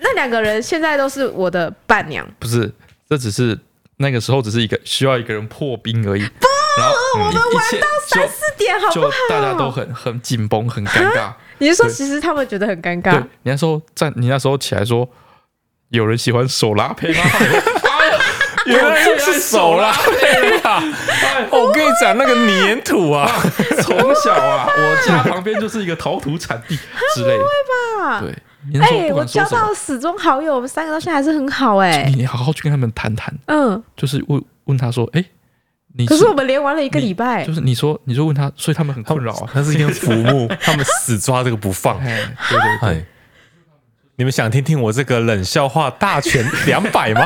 S1: 那两个人现在都是我的伴娘，
S2: 不是，这只是那个时候只是一个需要一个人破冰而已。不，然后嗯我们玩到
S1: 三四点好不
S2: 就
S1: 好？
S2: 大家都很很紧绷，很尴尬。
S1: 你是说
S2: 对
S1: 其实他们觉得很尴
S2: 对
S1: 尬？，
S2: 你那时候站，你那时候起来说，有人喜欢手拉胚吗？哎呀
S3: 原来是手啦，对啦！哦我跟你讲，那个粘土啊，
S2: 从小啊，我家旁边就是一个陶土产地之类的。
S1: 啊，
S2: 对，你那时候
S1: 哎，
S2: 不
S1: 我
S2: 管说
S1: 交
S2: 什么
S1: 到，死忠好友，我们三个到现在还是很好哎
S2: 你。你好好去跟他们谈谈，
S1: 嗯，
S2: 就是问问他说，哎，你
S1: 可是我们连玩了一个礼拜
S2: 就，是你说你就问他，所以他们很困扰 啊。
S3: 哦那是一根 浮木，他们死抓这个不放。
S2: 哎，对对对，
S3: 哎，你们想听听我这个冷笑话大全两 百吗？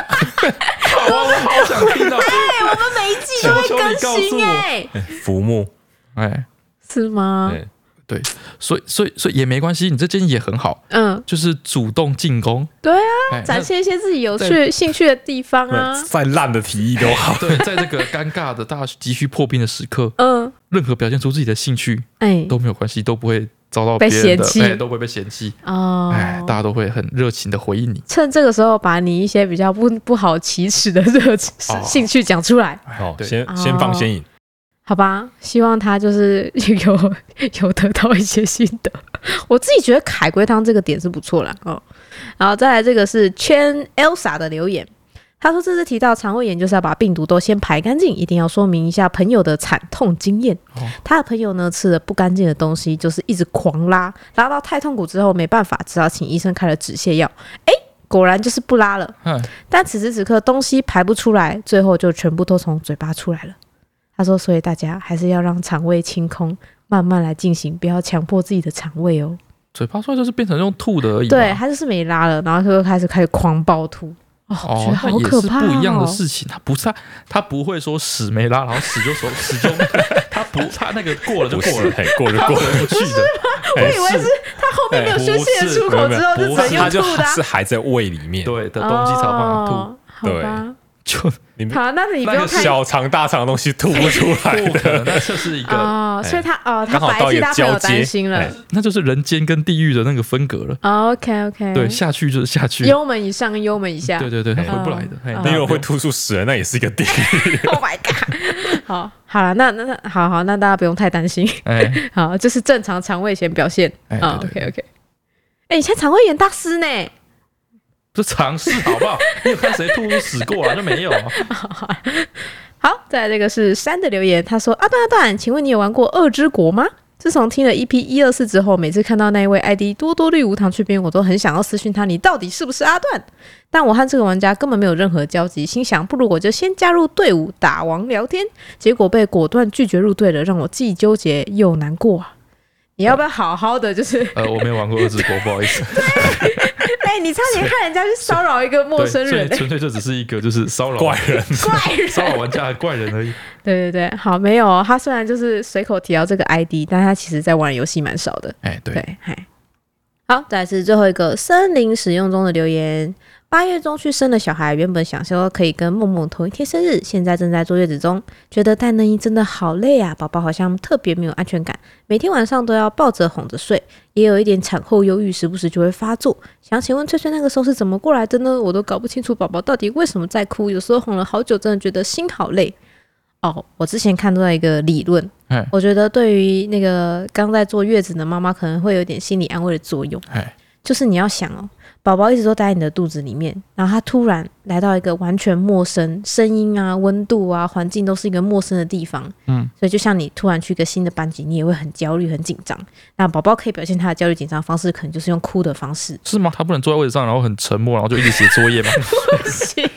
S2: 我我好想听到。
S1: 哎，我们每一季都会
S2: 求求你
S1: 更
S2: 告诉
S1: 新
S2: 我
S1: 哎，
S3: 哎浮木，
S2: 哎，
S1: 是吗？
S3: 对
S2: 对，所以所以所以也没关系，你这建议也很好，
S1: 嗯，
S2: 就是主动进攻。
S1: 对啊，
S2: 哎，
S1: 展现一些自己有
S2: 对
S1: 趣兴趣的地方啊。
S3: 再烂的提议都好
S2: 那。对，在这个尴尬的大家急需破冰的时刻，
S1: 嗯，
S2: 任何表现出自己的兴趣
S1: 哎，
S2: 都没有关系，都不会遭到
S1: 被
S2: 别人的
S1: 嫌弃
S2: 哎，都不会被嫌弃。
S1: 哦，
S2: 哎，大家都会很热情的回应你。
S1: 趁这个时候把你一些比较不不好启齿的热情
S2: 哦
S1: 兴趣讲出来，
S3: 好，
S2: 哎对
S1: 哦
S3: 先先放先引，
S1: 好吧？希望他就是 有有得到一些心得。我自己觉得海龟汤这个点是不错啦，哦。然后再来这个是 Chen Elsa 的留言。他说：“这次提到肠胃炎，就是要把病毒都先排干净，一定要说明一下朋友的惨痛经验。
S2: 哦
S1: 他的朋友呢吃了不干净的东西，就是一直狂拉，拉到太痛苦之后没办法，只好请医生开了止泻药。诶，果然就是不拉了。
S2: 嗯
S1: 但此时此刻东西排不出来，最后就全部都从嘴巴出来了。他说，所以大家还是要让肠胃清空，慢慢来进行，不要强迫自己的肠胃哦。
S2: 嘴巴出来就是变成用吐的而已嘛。
S1: 对他就是没拉了，然后他就开始开始狂暴吐。哦，我觉得，
S2: 哦那
S1: 好
S2: 也
S1: 可
S2: 是
S1: 怕、哦、
S2: 不一样的事情。他不是啊他不会说屎没拉，然后屎就手 屎就他不他那个过了就
S3: 不
S2: 过
S3: 是，
S2: 了，
S3: 哎，过就
S2: 他
S3: 过
S2: 回
S3: 了。
S2: 不去的。
S1: 我以为是他后面没有宣泄出口之后，
S3: 没有
S1: 就只
S3: 不
S1: 能
S3: 是，他
S1: 用
S3: 就
S1: 吐的啊、
S3: 是还在胃里面。
S2: 对的东西才有办法吐。
S1: 哦好吧，
S2: 就
S3: 你们
S1: 好，那你不哎
S2: 那
S1: 用
S2: 个
S1: 看
S3: 小肠大肠的东西吐不出来
S2: 不可能，
S3: 的，
S2: 那就是一个，
S1: 哦，所以他哦，他
S3: 刚好
S1: 白
S3: 到一
S1: 替
S3: 个
S1: 他朋
S3: 交
S1: 友担
S3: 接
S1: 心了
S3: 哎。
S2: 那就是人间跟地狱的那个分隔了。
S1: OK OK，
S2: 对，下去就是下去。
S1: 哎幽门以上跟幽门以下。
S2: 对对对，他回不来的。
S1: 哦
S2: 嘿
S3: 你如果会吐出屎来，那也是一个地狱。
S1: Oh my god！好， 好了，那那那好好，那大家不用太担心。
S2: 哎
S1: 好，这是正常肠胃炎表现。
S2: 哎
S1: 啊
S2: 对对
S1: OK OK。哎，你现在肠胃炎大师呢？
S2: 这尝试好不好？你有看谁吐出屎过啊？就没有啊。
S1: 好，再来这个是山的留言，他说：“阿啊段阿段，请问你有玩过《恶之国》吗？”自从听了 EP 一二四之后，每次看到那一位 ID 多多绿无糖去冰，我都很想要私讯他，你到底是不是阿段？但我和这个玩家根本没有任何交集，心想不如我就先加入队伍打王聊天，结果被果断拒绝入队了，让我既纠结又难过啊！你要不要好好的，就是
S2: 呃，我没有玩过二之国，不好意思。
S1: 哎、你差点害人家去骚扰一个 陌
S2: 对，
S1: 生
S2: 所以
S1: 人、哎
S2: 纯粹就只是一个就是骚扰
S3: 怪 人，
S1: 怪人。
S2: 骚扰玩家的怪人而已。
S1: 对对对，好，没有、哦，他虽然就是随口提到这个 ID，但他其实在玩游戏蛮少的。
S2: 哎，对，
S1: 对，嗨。好，再来是最后一个森林使用中的留言。八月中去生了小孩，原本想说可以跟梦梦同一天生日，现在正在坐月子中，觉得带嫩衣真的好累啊！宝宝好像特别没有安全感，每天晚上都要抱着哄着睡，也有一点产后忧郁，时不时就会发作。想请问翠翠那个时候是怎么过来的呢？我都搞不清楚宝宝到底为什么在哭，有时候哄了好久，真的觉得心好累。哦，我之前看到一个理论
S2: 哎，
S1: 我觉得对于那个刚在坐月子的妈妈，可能会有点心理安慰的作用。
S2: 哎，
S1: 就是你要想哦，宝宝一直都待在你的肚子里面，然后他突然来到一个完全陌生，声音啊、温度啊、环境都是一个陌生的地方，
S2: 嗯，。
S1: 所以就像你突然去一个新的班级，你也会很焦虑、很紧张。那宝宝可以表现他的焦虑紧张的方式，可能就是用哭的方式
S2: 是吗？他不能坐在位置上，然后很沉默，然后就一直写作业吗？
S3: 哦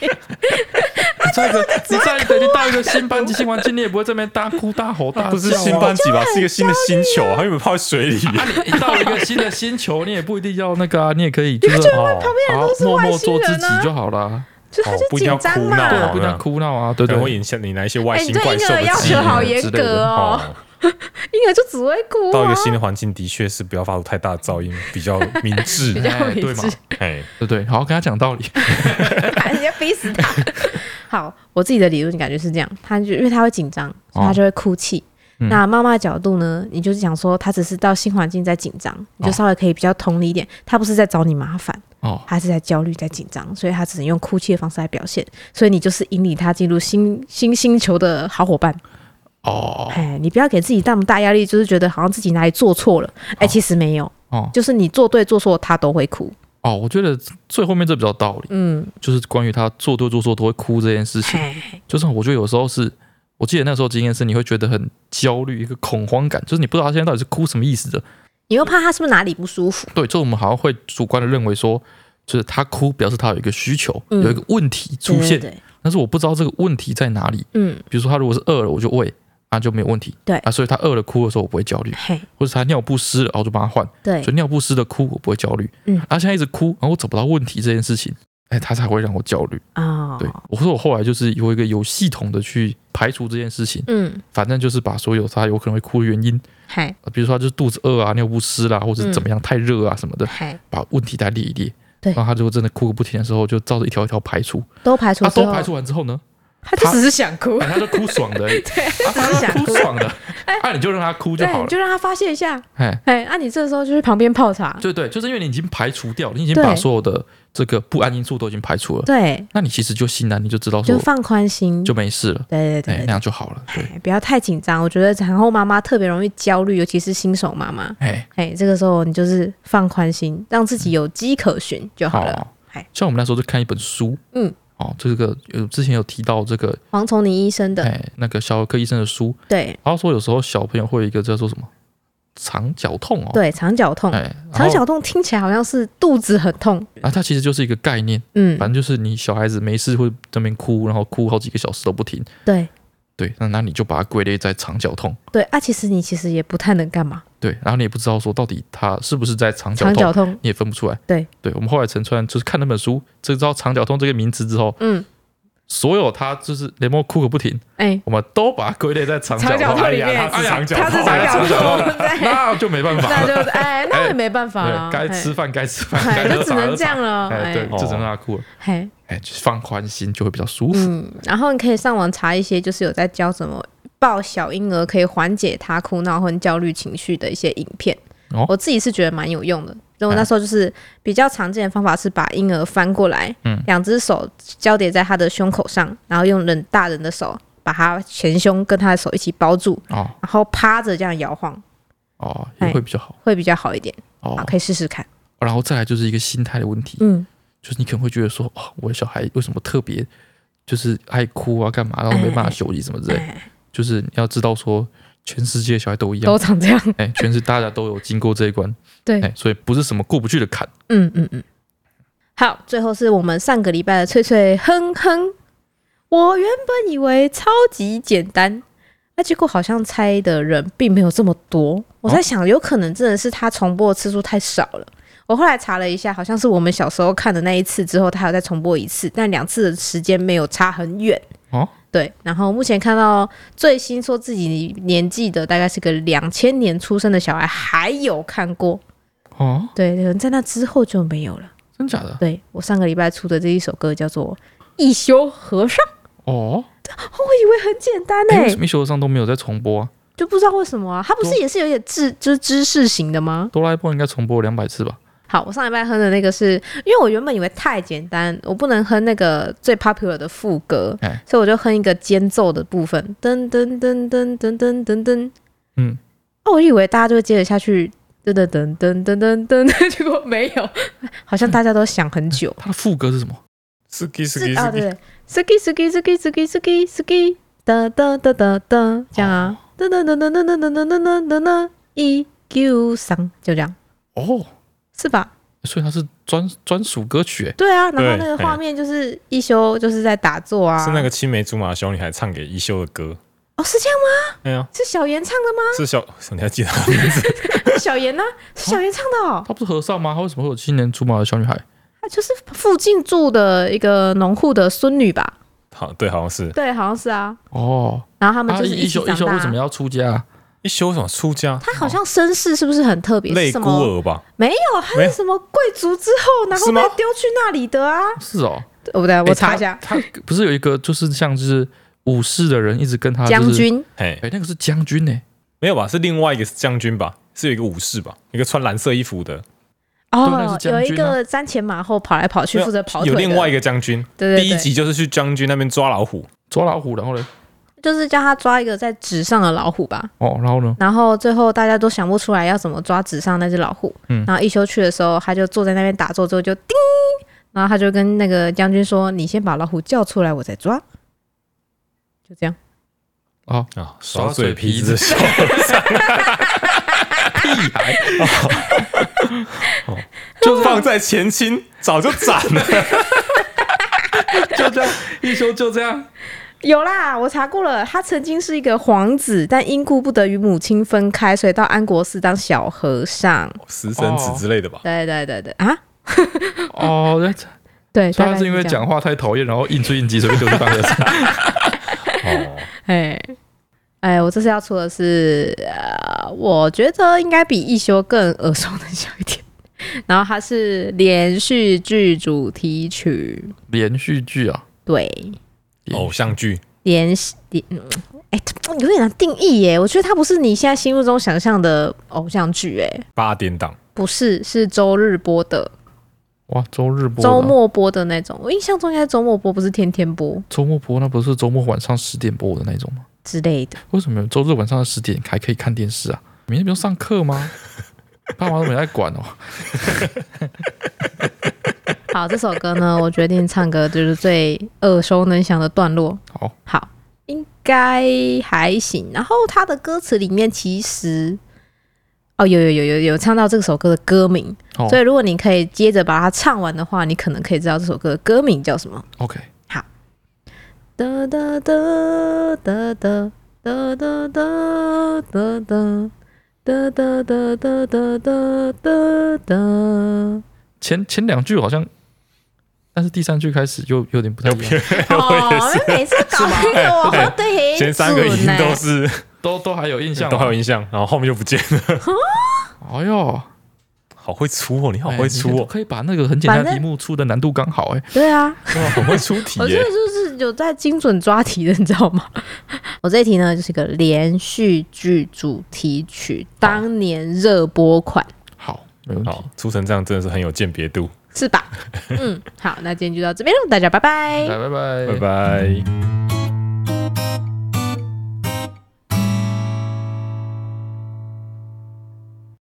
S2: 你在一个，你在一个，你到一个新班级、新环境，你也不会这边大哭大吼大叫啊
S3: 不是新班级吧？是一个新的
S1: 啊
S3: 星球，啊他原本泡在水里。
S2: 啊， 你你到了一个新的星球，你也不一定要那个啊，你也可以就是哦，好默默做
S1: 啊
S2: 自己就好啦，
S1: 就他
S3: 哦
S1: 就
S3: 不一
S1: 紧
S3: 定要
S1: 张
S3: 哭
S1: 嘛，
S3: 闹
S2: 对，
S3: 哦
S2: 不能哭闹啊，对
S3: 可
S2: 对
S3: 能会影响你拿一些外
S1: 哎、你
S3: 星
S1: 对
S3: 怪
S1: 婴
S3: 兽
S1: 儿
S3: 的
S1: 要
S3: 记忆
S1: 求好严
S2: 之类
S1: 格
S2: 的
S1: 哦，
S3: 哦。
S1: 婴儿就只会哭、啊。
S3: 到一个新的环境，的确是不要发出太大的噪音，比较明智
S1: 比。较
S2: 哎
S1: 理
S2: 对嘛
S1: 智，
S3: 哎，
S2: 对对，好好跟他讲 道理。
S1: 把人家哎逼死他。 好，我自己的理论感觉是这样，他就因为他会紧张，所以他就会哭泣。
S2: 哦嗯
S1: 那妈妈的角度呢？你就是讲说，他只是到新环境在紧张，你就稍微可以比较同理一点，他不是在找你麻烦。
S2: 哦，
S1: 他是在焦虑，在紧张，所以他只能用哭泣的方式来表现。所以你就是引领他进入新新星球的好伙伴。
S2: 哦，
S1: 哎，你不要给自己那么大压力，就是觉得好像自己哪里做错了。哎，其实没有，
S2: 哦，
S1: 就是你做对做错，他都会哭。
S2: 哦，我觉得最后面这比较道理，
S1: 嗯，
S2: 就是关于他做对做错都会哭这件事情。
S1: 哎，
S2: 就是我觉得有时候是，我记得那时候经验是，你会觉得很焦虑，一个恐慌感，就是你不知道他现在到底是哭什么意思的。
S1: 你又怕他是不是哪里不舒服？
S2: 对，就我们好像会主观的认为说，就是他哭表示他有一个需求，
S1: 嗯
S2: 有一个问题出
S1: 对
S2: 现，
S1: 对对
S2: 但是我不知道这个问题在哪里。
S1: 嗯，
S2: 比如说他如果是饿了，我就喂，啊就没有问题。
S1: 对
S2: 啊，所以他饿了哭的时候我不会焦虑，
S1: 嘿，
S2: 或者他尿不湿了，然后我就帮他换，
S1: 对
S2: 所，以尿不湿的哭我不会焦虑。
S1: 嗯
S2: 啊，现在一直哭，然后我找不到问题这件事情，哎，他才会让我焦虑。
S1: 哦，
S2: 对，我说我后来就是有一个有系统的去排除这件事情，
S1: 嗯，
S2: 反正就是把所有他有可能会哭的原因，
S1: 嘿，
S2: 呃比如说他就是肚子饿啊、尿不湿啦，或者怎么样太热啊什么的，
S1: 嘿，
S2: 把问题再列一列。
S1: 嗯对
S2: 然后他如果真的哭个不停的时候，就照着一条一条排除。
S1: 都排除
S2: 他、
S1: 之
S2: 啊都
S1: 后
S2: 排除完之后呢，
S1: 他就只是想哭，
S2: 哎，他就哭爽的而已，
S1: 对，
S2: 啊
S1: 只是
S2: 他
S1: 想
S2: 就哭爽的，哎，你就让他哭就
S1: 对，
S2: 好
S1: 你
S2: 了。
S1: 就让他发泄一下。
S2: 哎，
S1: 哎，那、你这时候就去旁边泡茶。
S2: 对对，就是因为你已经排除掉，你已经
S1: 对
S2: 把所有的这个不安因素都已经排除了，
S1: 对，
S2: 那你其实就心安，你就知道
S1: 就
S2: 说
S1: 放宽心。
S2: 就没事了，
S1: 对对对
S2: 哎，
S1: 对
S2: 那
S1: 对
S2: 样就好了。对，
S1: 哎不要太紧张。我觉得产后妈妈特别容易焦虑，尤其是新手妈妈。
S2: 哎，
S1: 哎，这个时候你就是放宽心，让自己有迹可循就好了。
S2: 哦
S1: 嗨
S2: 像我们那时候就看一本书，
S1: 嗯，
S2: 哦，这个有之前有提到这个，
S1: 黄崇宁医生的，
S2: 哎，那个小儿科医生的书，
S1: 对
S2: 然后说有时候小朋友会有一个叫做什么肠绞痛哦，，
S1: 对，肠绞痛。
S2: 哎，
S1: 肠绞
S2: 痛，
S1: 痛听起来好像是肚子很痛，
S2: 啊，它其实就是一个概念，
S1: 嗯，
S2: 反正就是你小孩子没事会在那边哭，然后哭好几个小时都不停，
S1: 对
S2: 对，那那你就把它归类在肠绞痛。
S1: 对啊，其实你其实也不太能干嘛，
S2: 对，然后你也不知道说到底他是不是在肠绞
S1: 肠绞
S2: 痛，
S1: 痛，
S2: 你也分不出来。
S1: 对，
S2: 对我们后来陈川就是看那本书，知道肠绞痛这个名词之后，
S1: 嗯，
S2: 所有他就是连莫哭个不停，
S1: 哎，
S2: 我们都把它归类在肠绞
S1: 肠绞
S2: 痛
S1: 痛。
S3: 哎呀
S1: 里面
S3: 他是长
S1: 他
S3: 角
S1: 是
S3: 头，
S1: 肠绞
S2: 肠绞
S1: 痛，对，
S2: 那就没 办法
S1: 那
S2: 了，
S1: 就是哎，那也没办法了
S2: 对，，该
S1: 哎
S2: 吃饭该吃饭，
S1: 哎
S2: 该
S1: 就
S2: 喝
S1: 只
S2: 茶
S1: 能
S2: 喝
S1: 这
S2: 茶
S1: 样。了，
S2: 哎，对，
S3: 哦
S2: 就只能让他哭了。
S1: 嘿，
S2: 哎，就是放宽心就会比较舒服。
S1: 嗯，然后你可以上网查一些，就是有在教什么抱小婴儿可以缓解他哭闹和焦虑情绪的一些影片。
S2: 哦
S1: 我自己是觉得蛮有用的。那我那时候就是比较常见的方法是把婴儿翻过来，
S2: 嗯
S1: 两只手交叠在他的胸口上，然后用人大人的手把他前胸跟他的手一起包住，
S2: 哦
S1: 然后趴着这样摇晃
S2: 哦，
S1: 哎
S2: 也会比较好
S1: 会比较好一点。
S2: 哦
S1: 啊，。可以试试看。
S2: 然后再来就是一个心态的问题，
S1: 嗯，
S2: 就是你可能会觉得说，哦，我的小孩为什么特别就是爱哭啊，干嘛，然后没办法休息什么之类。
S1: 哎，
S2: 就是你要知道说，全世界小孩都一样
S1: 都，长这样。
S2: 哎，全是大家都有经过这一关，
S1: 对，
S2: 哎，所以不是什么过不去的坎。
S1: 嗯嗯嗯。好，最后是我们上个礼拜的脆脆哼哼。我原本以为超级简单，那结果好像猜的人并没有这么多。我在想，有可能真的是他重播的次数太少了。我后来查了一下，好像是我们小时候看的那一次之后，他还有再重播一次，但两次的时间没有差很远。
S2: 哦，
S1: 对。然后目前看到最新说自己年纪的大概是个两千年出生的小孩，还有看过。
S2: 哦，
S1: 对，可能在那之后就没有了。
S2: 真假的？
S1: 对我上个礼拜出的这一首歌叫做《一休和尚》，
S2: 哦，
S1: 我以为很简单呢、欸
S2: 哎，为什么一休和尚都没有在重播啊？
S1: 就不知道为什么啊，它不是
S2: 多
S1: 也是有点知就是知识型的吗？
S2: 哆啦 A 梦应该重播两百次吧？
S1: 好，我上礼拜哼的那个是因为我原本以为太简单，我不能哼那个最 popular 的副歌，
S2: 哎
S1: 所以我就哼一个间奏的部分，噔噔噔噔噔噔噔噔，
S2: 嗯，
S1: 哦，我以为大家就会接着下去。噔噔噔噔噔噔噔， 结果没有，好像大家都想很 久。
S2: 它的副歌是什么？
S3: 是给是
S1: 是
S3: 给
S1: 啊，
S3: 是
S1: 对
S3: 给，
S1: 对，ski ski ski ski ski ski，哒哒哒哒哒，这样
S2: 哦
S1: 啊，哒哒哒哒哒哒哒哒哒哒哒哒一 Q 三，就这样，
S2: 哦，
S1: 是吧？
S2: 所以它是专专属歌曲哎。
S1: 对啊，然后
S3: 对
S1: 那个画面就是一休就是在打坐啊，
S3: 是那个青梅竹马的小女孩唱给一休的歌。
S1: 哦，是这样吗？
S3: 哎呀，
S1: 是小严唱的吗？
S3: 是小，你还记得她的名字？
S1: 是小严呢？是小严唱的哦，
S2: 他不是和尚吗？他为什么会有青年竹马的小女孩？
S1: 他就是附近住的一个农户的孙女吧？
S3: 好，对，好像是
S1: 对，好像是啊。
S2: 哦，
S1: 然后他们
S2: 啊，
S1: 就是
S2: 一
S1: 起
S2: 休一
S1: 长
S2: 休
S1: 大
S2: 为什
S1: 啊
S2: 么。要出家啊？
S3: 一休什么出家？
S1: 他好像身世是不是很特别？是
S3: 类
S1: 什
S3: 孤
S1: 么？
S3: 儿吧？
S1: 没有，他
S3: 没
S1: 是
S3: 有
S1: 什么贵族之后，然后
S3: 是吗
S1: 再丢去那里的啊？
S2: 是哦，
S1: 哦，不对，
S2: 哎
S1: 我查一下，
S2: 他他不是有一个就是像就是武士的人一直跟他
S1: 将，
S2: 就是
S1: 军
S3: 哎，
S2: 哎，那个是将军呢。
S3: 没有吧？是另外一个将军吧？是有一个武士吧？一个穿蓝色衣服的，
S1: 哦，
S2: 对那
S1: 哦
S2: 是，将军啊
S1: 有一个瞻前马后跑来跑去，负责跑腿
S3: 有
S1: 的。
S3: 另外一个将军，
S1: 对对对
S3: 第一集就是去将军那边抓老虎，
S2: 抓老虎，然后呢？
S1: 就是叫他抓一个在纸上的老虎吧。
S2: 哦，然后呢？
S1: 然后最后大家都想不出来要怎么抓纸上那只老虎。
S2: 嗯
S1: 然后一休去的时候，他就坐在那边打坐，之后就叮，然后他就跟那个将军说：“你先把老虎叫出来，我再抓。”就这样，
S2: 啊，
S3: 啊，
S2: 耍嘴皮子
S3: 小
S2: 屁孩，
S3: 哦就放在前清早就斩了。
S2: 就这样，一休就这样。
S1: 有啦，我查过了，他曾经是一个皇子，但因故不得与母亲分开，所以到安国寺当小和尚。
S3: 私生子之类的吧？
S1: 对对对对啊，
S2: 哦， 那
S1: 对，大
S2: 所以他
S1: 概
S2: 是因为
S1: 这样，
S2: 讲话太讨厌，然后应出应激，所以就去当 和尚。
S3: 哦，
S1: 哎哎，我这次要出的是，呃，我觉得应该比一休更耳熟能详一点。然后它是连续剧主题曲，
S2: 连续剧啊，
S1: 对，
S3: 偶像剧
S1: 连连，嗯哎、有点难定义耶。我觉得它不是你现在心目中想象的偶像剧，哎，
S3: 八点档，
S1: 不是，是周日播的，
S2: 哇，周日播的啊，
S1: 周末播的那种。我印象中应该是周末播，不是天天播
S2: 周末播，那不是周末晚上十点播的那种吗？
S1: 之类的。
S2: 为什么周日晚上的十点还可以看电视啊？明天不用上 课吗？爸妈都没在管哦。
S1: 好，这首歌 呢，我决定唱歌就是最耳熟能详的段落。
S2: 好，
S1: 好，应该还行。然后他的歌词里面其实，哦，有有有有有唱到这首歌的歌名，
S2: 哦
S1: 所以如果你可以接着把它唱完的话，你可能可以知道这首歌的歌名叫什么。
S2: ，OK，
S3: 哎
S1: 哒哒哒哒哒哒哒哒哒哒。哒哒哒哒哒哒哒哒，
S2: 前前两句好像，但是第三句开始又有点不太一样，
S1: 哦，每次搞那个我都对
S3: 前三个已经都是
S2: 都都还有印象吗，哦
S3: 都还有印象，然后后面就不见了。
S2: 哎呦，
S3: 好会出哦，你好
S2: 哎
S3: 会
S2: 你
S3: 出
S2: 都
S3: 哦，
S2: 可以把那个很简单的
S1: 反正
S2: 题目出的难度刚好哎、
S1: 对 啊，
S3: 哇，很会出题
S1: 我真
S3: 耶
S1: 的！就是有在精准抓题的，你知道吗？ 我这一题呢，就是一个连续剧主题曲，当年热播款
S2: 好，没问题，
S3: 好，出成这样真的是很有鉴别度。
S1: 是吧？嗯，好，那今天就到这边了，大家拜拜
S2: 来，拜拜，
S3: 拜拜。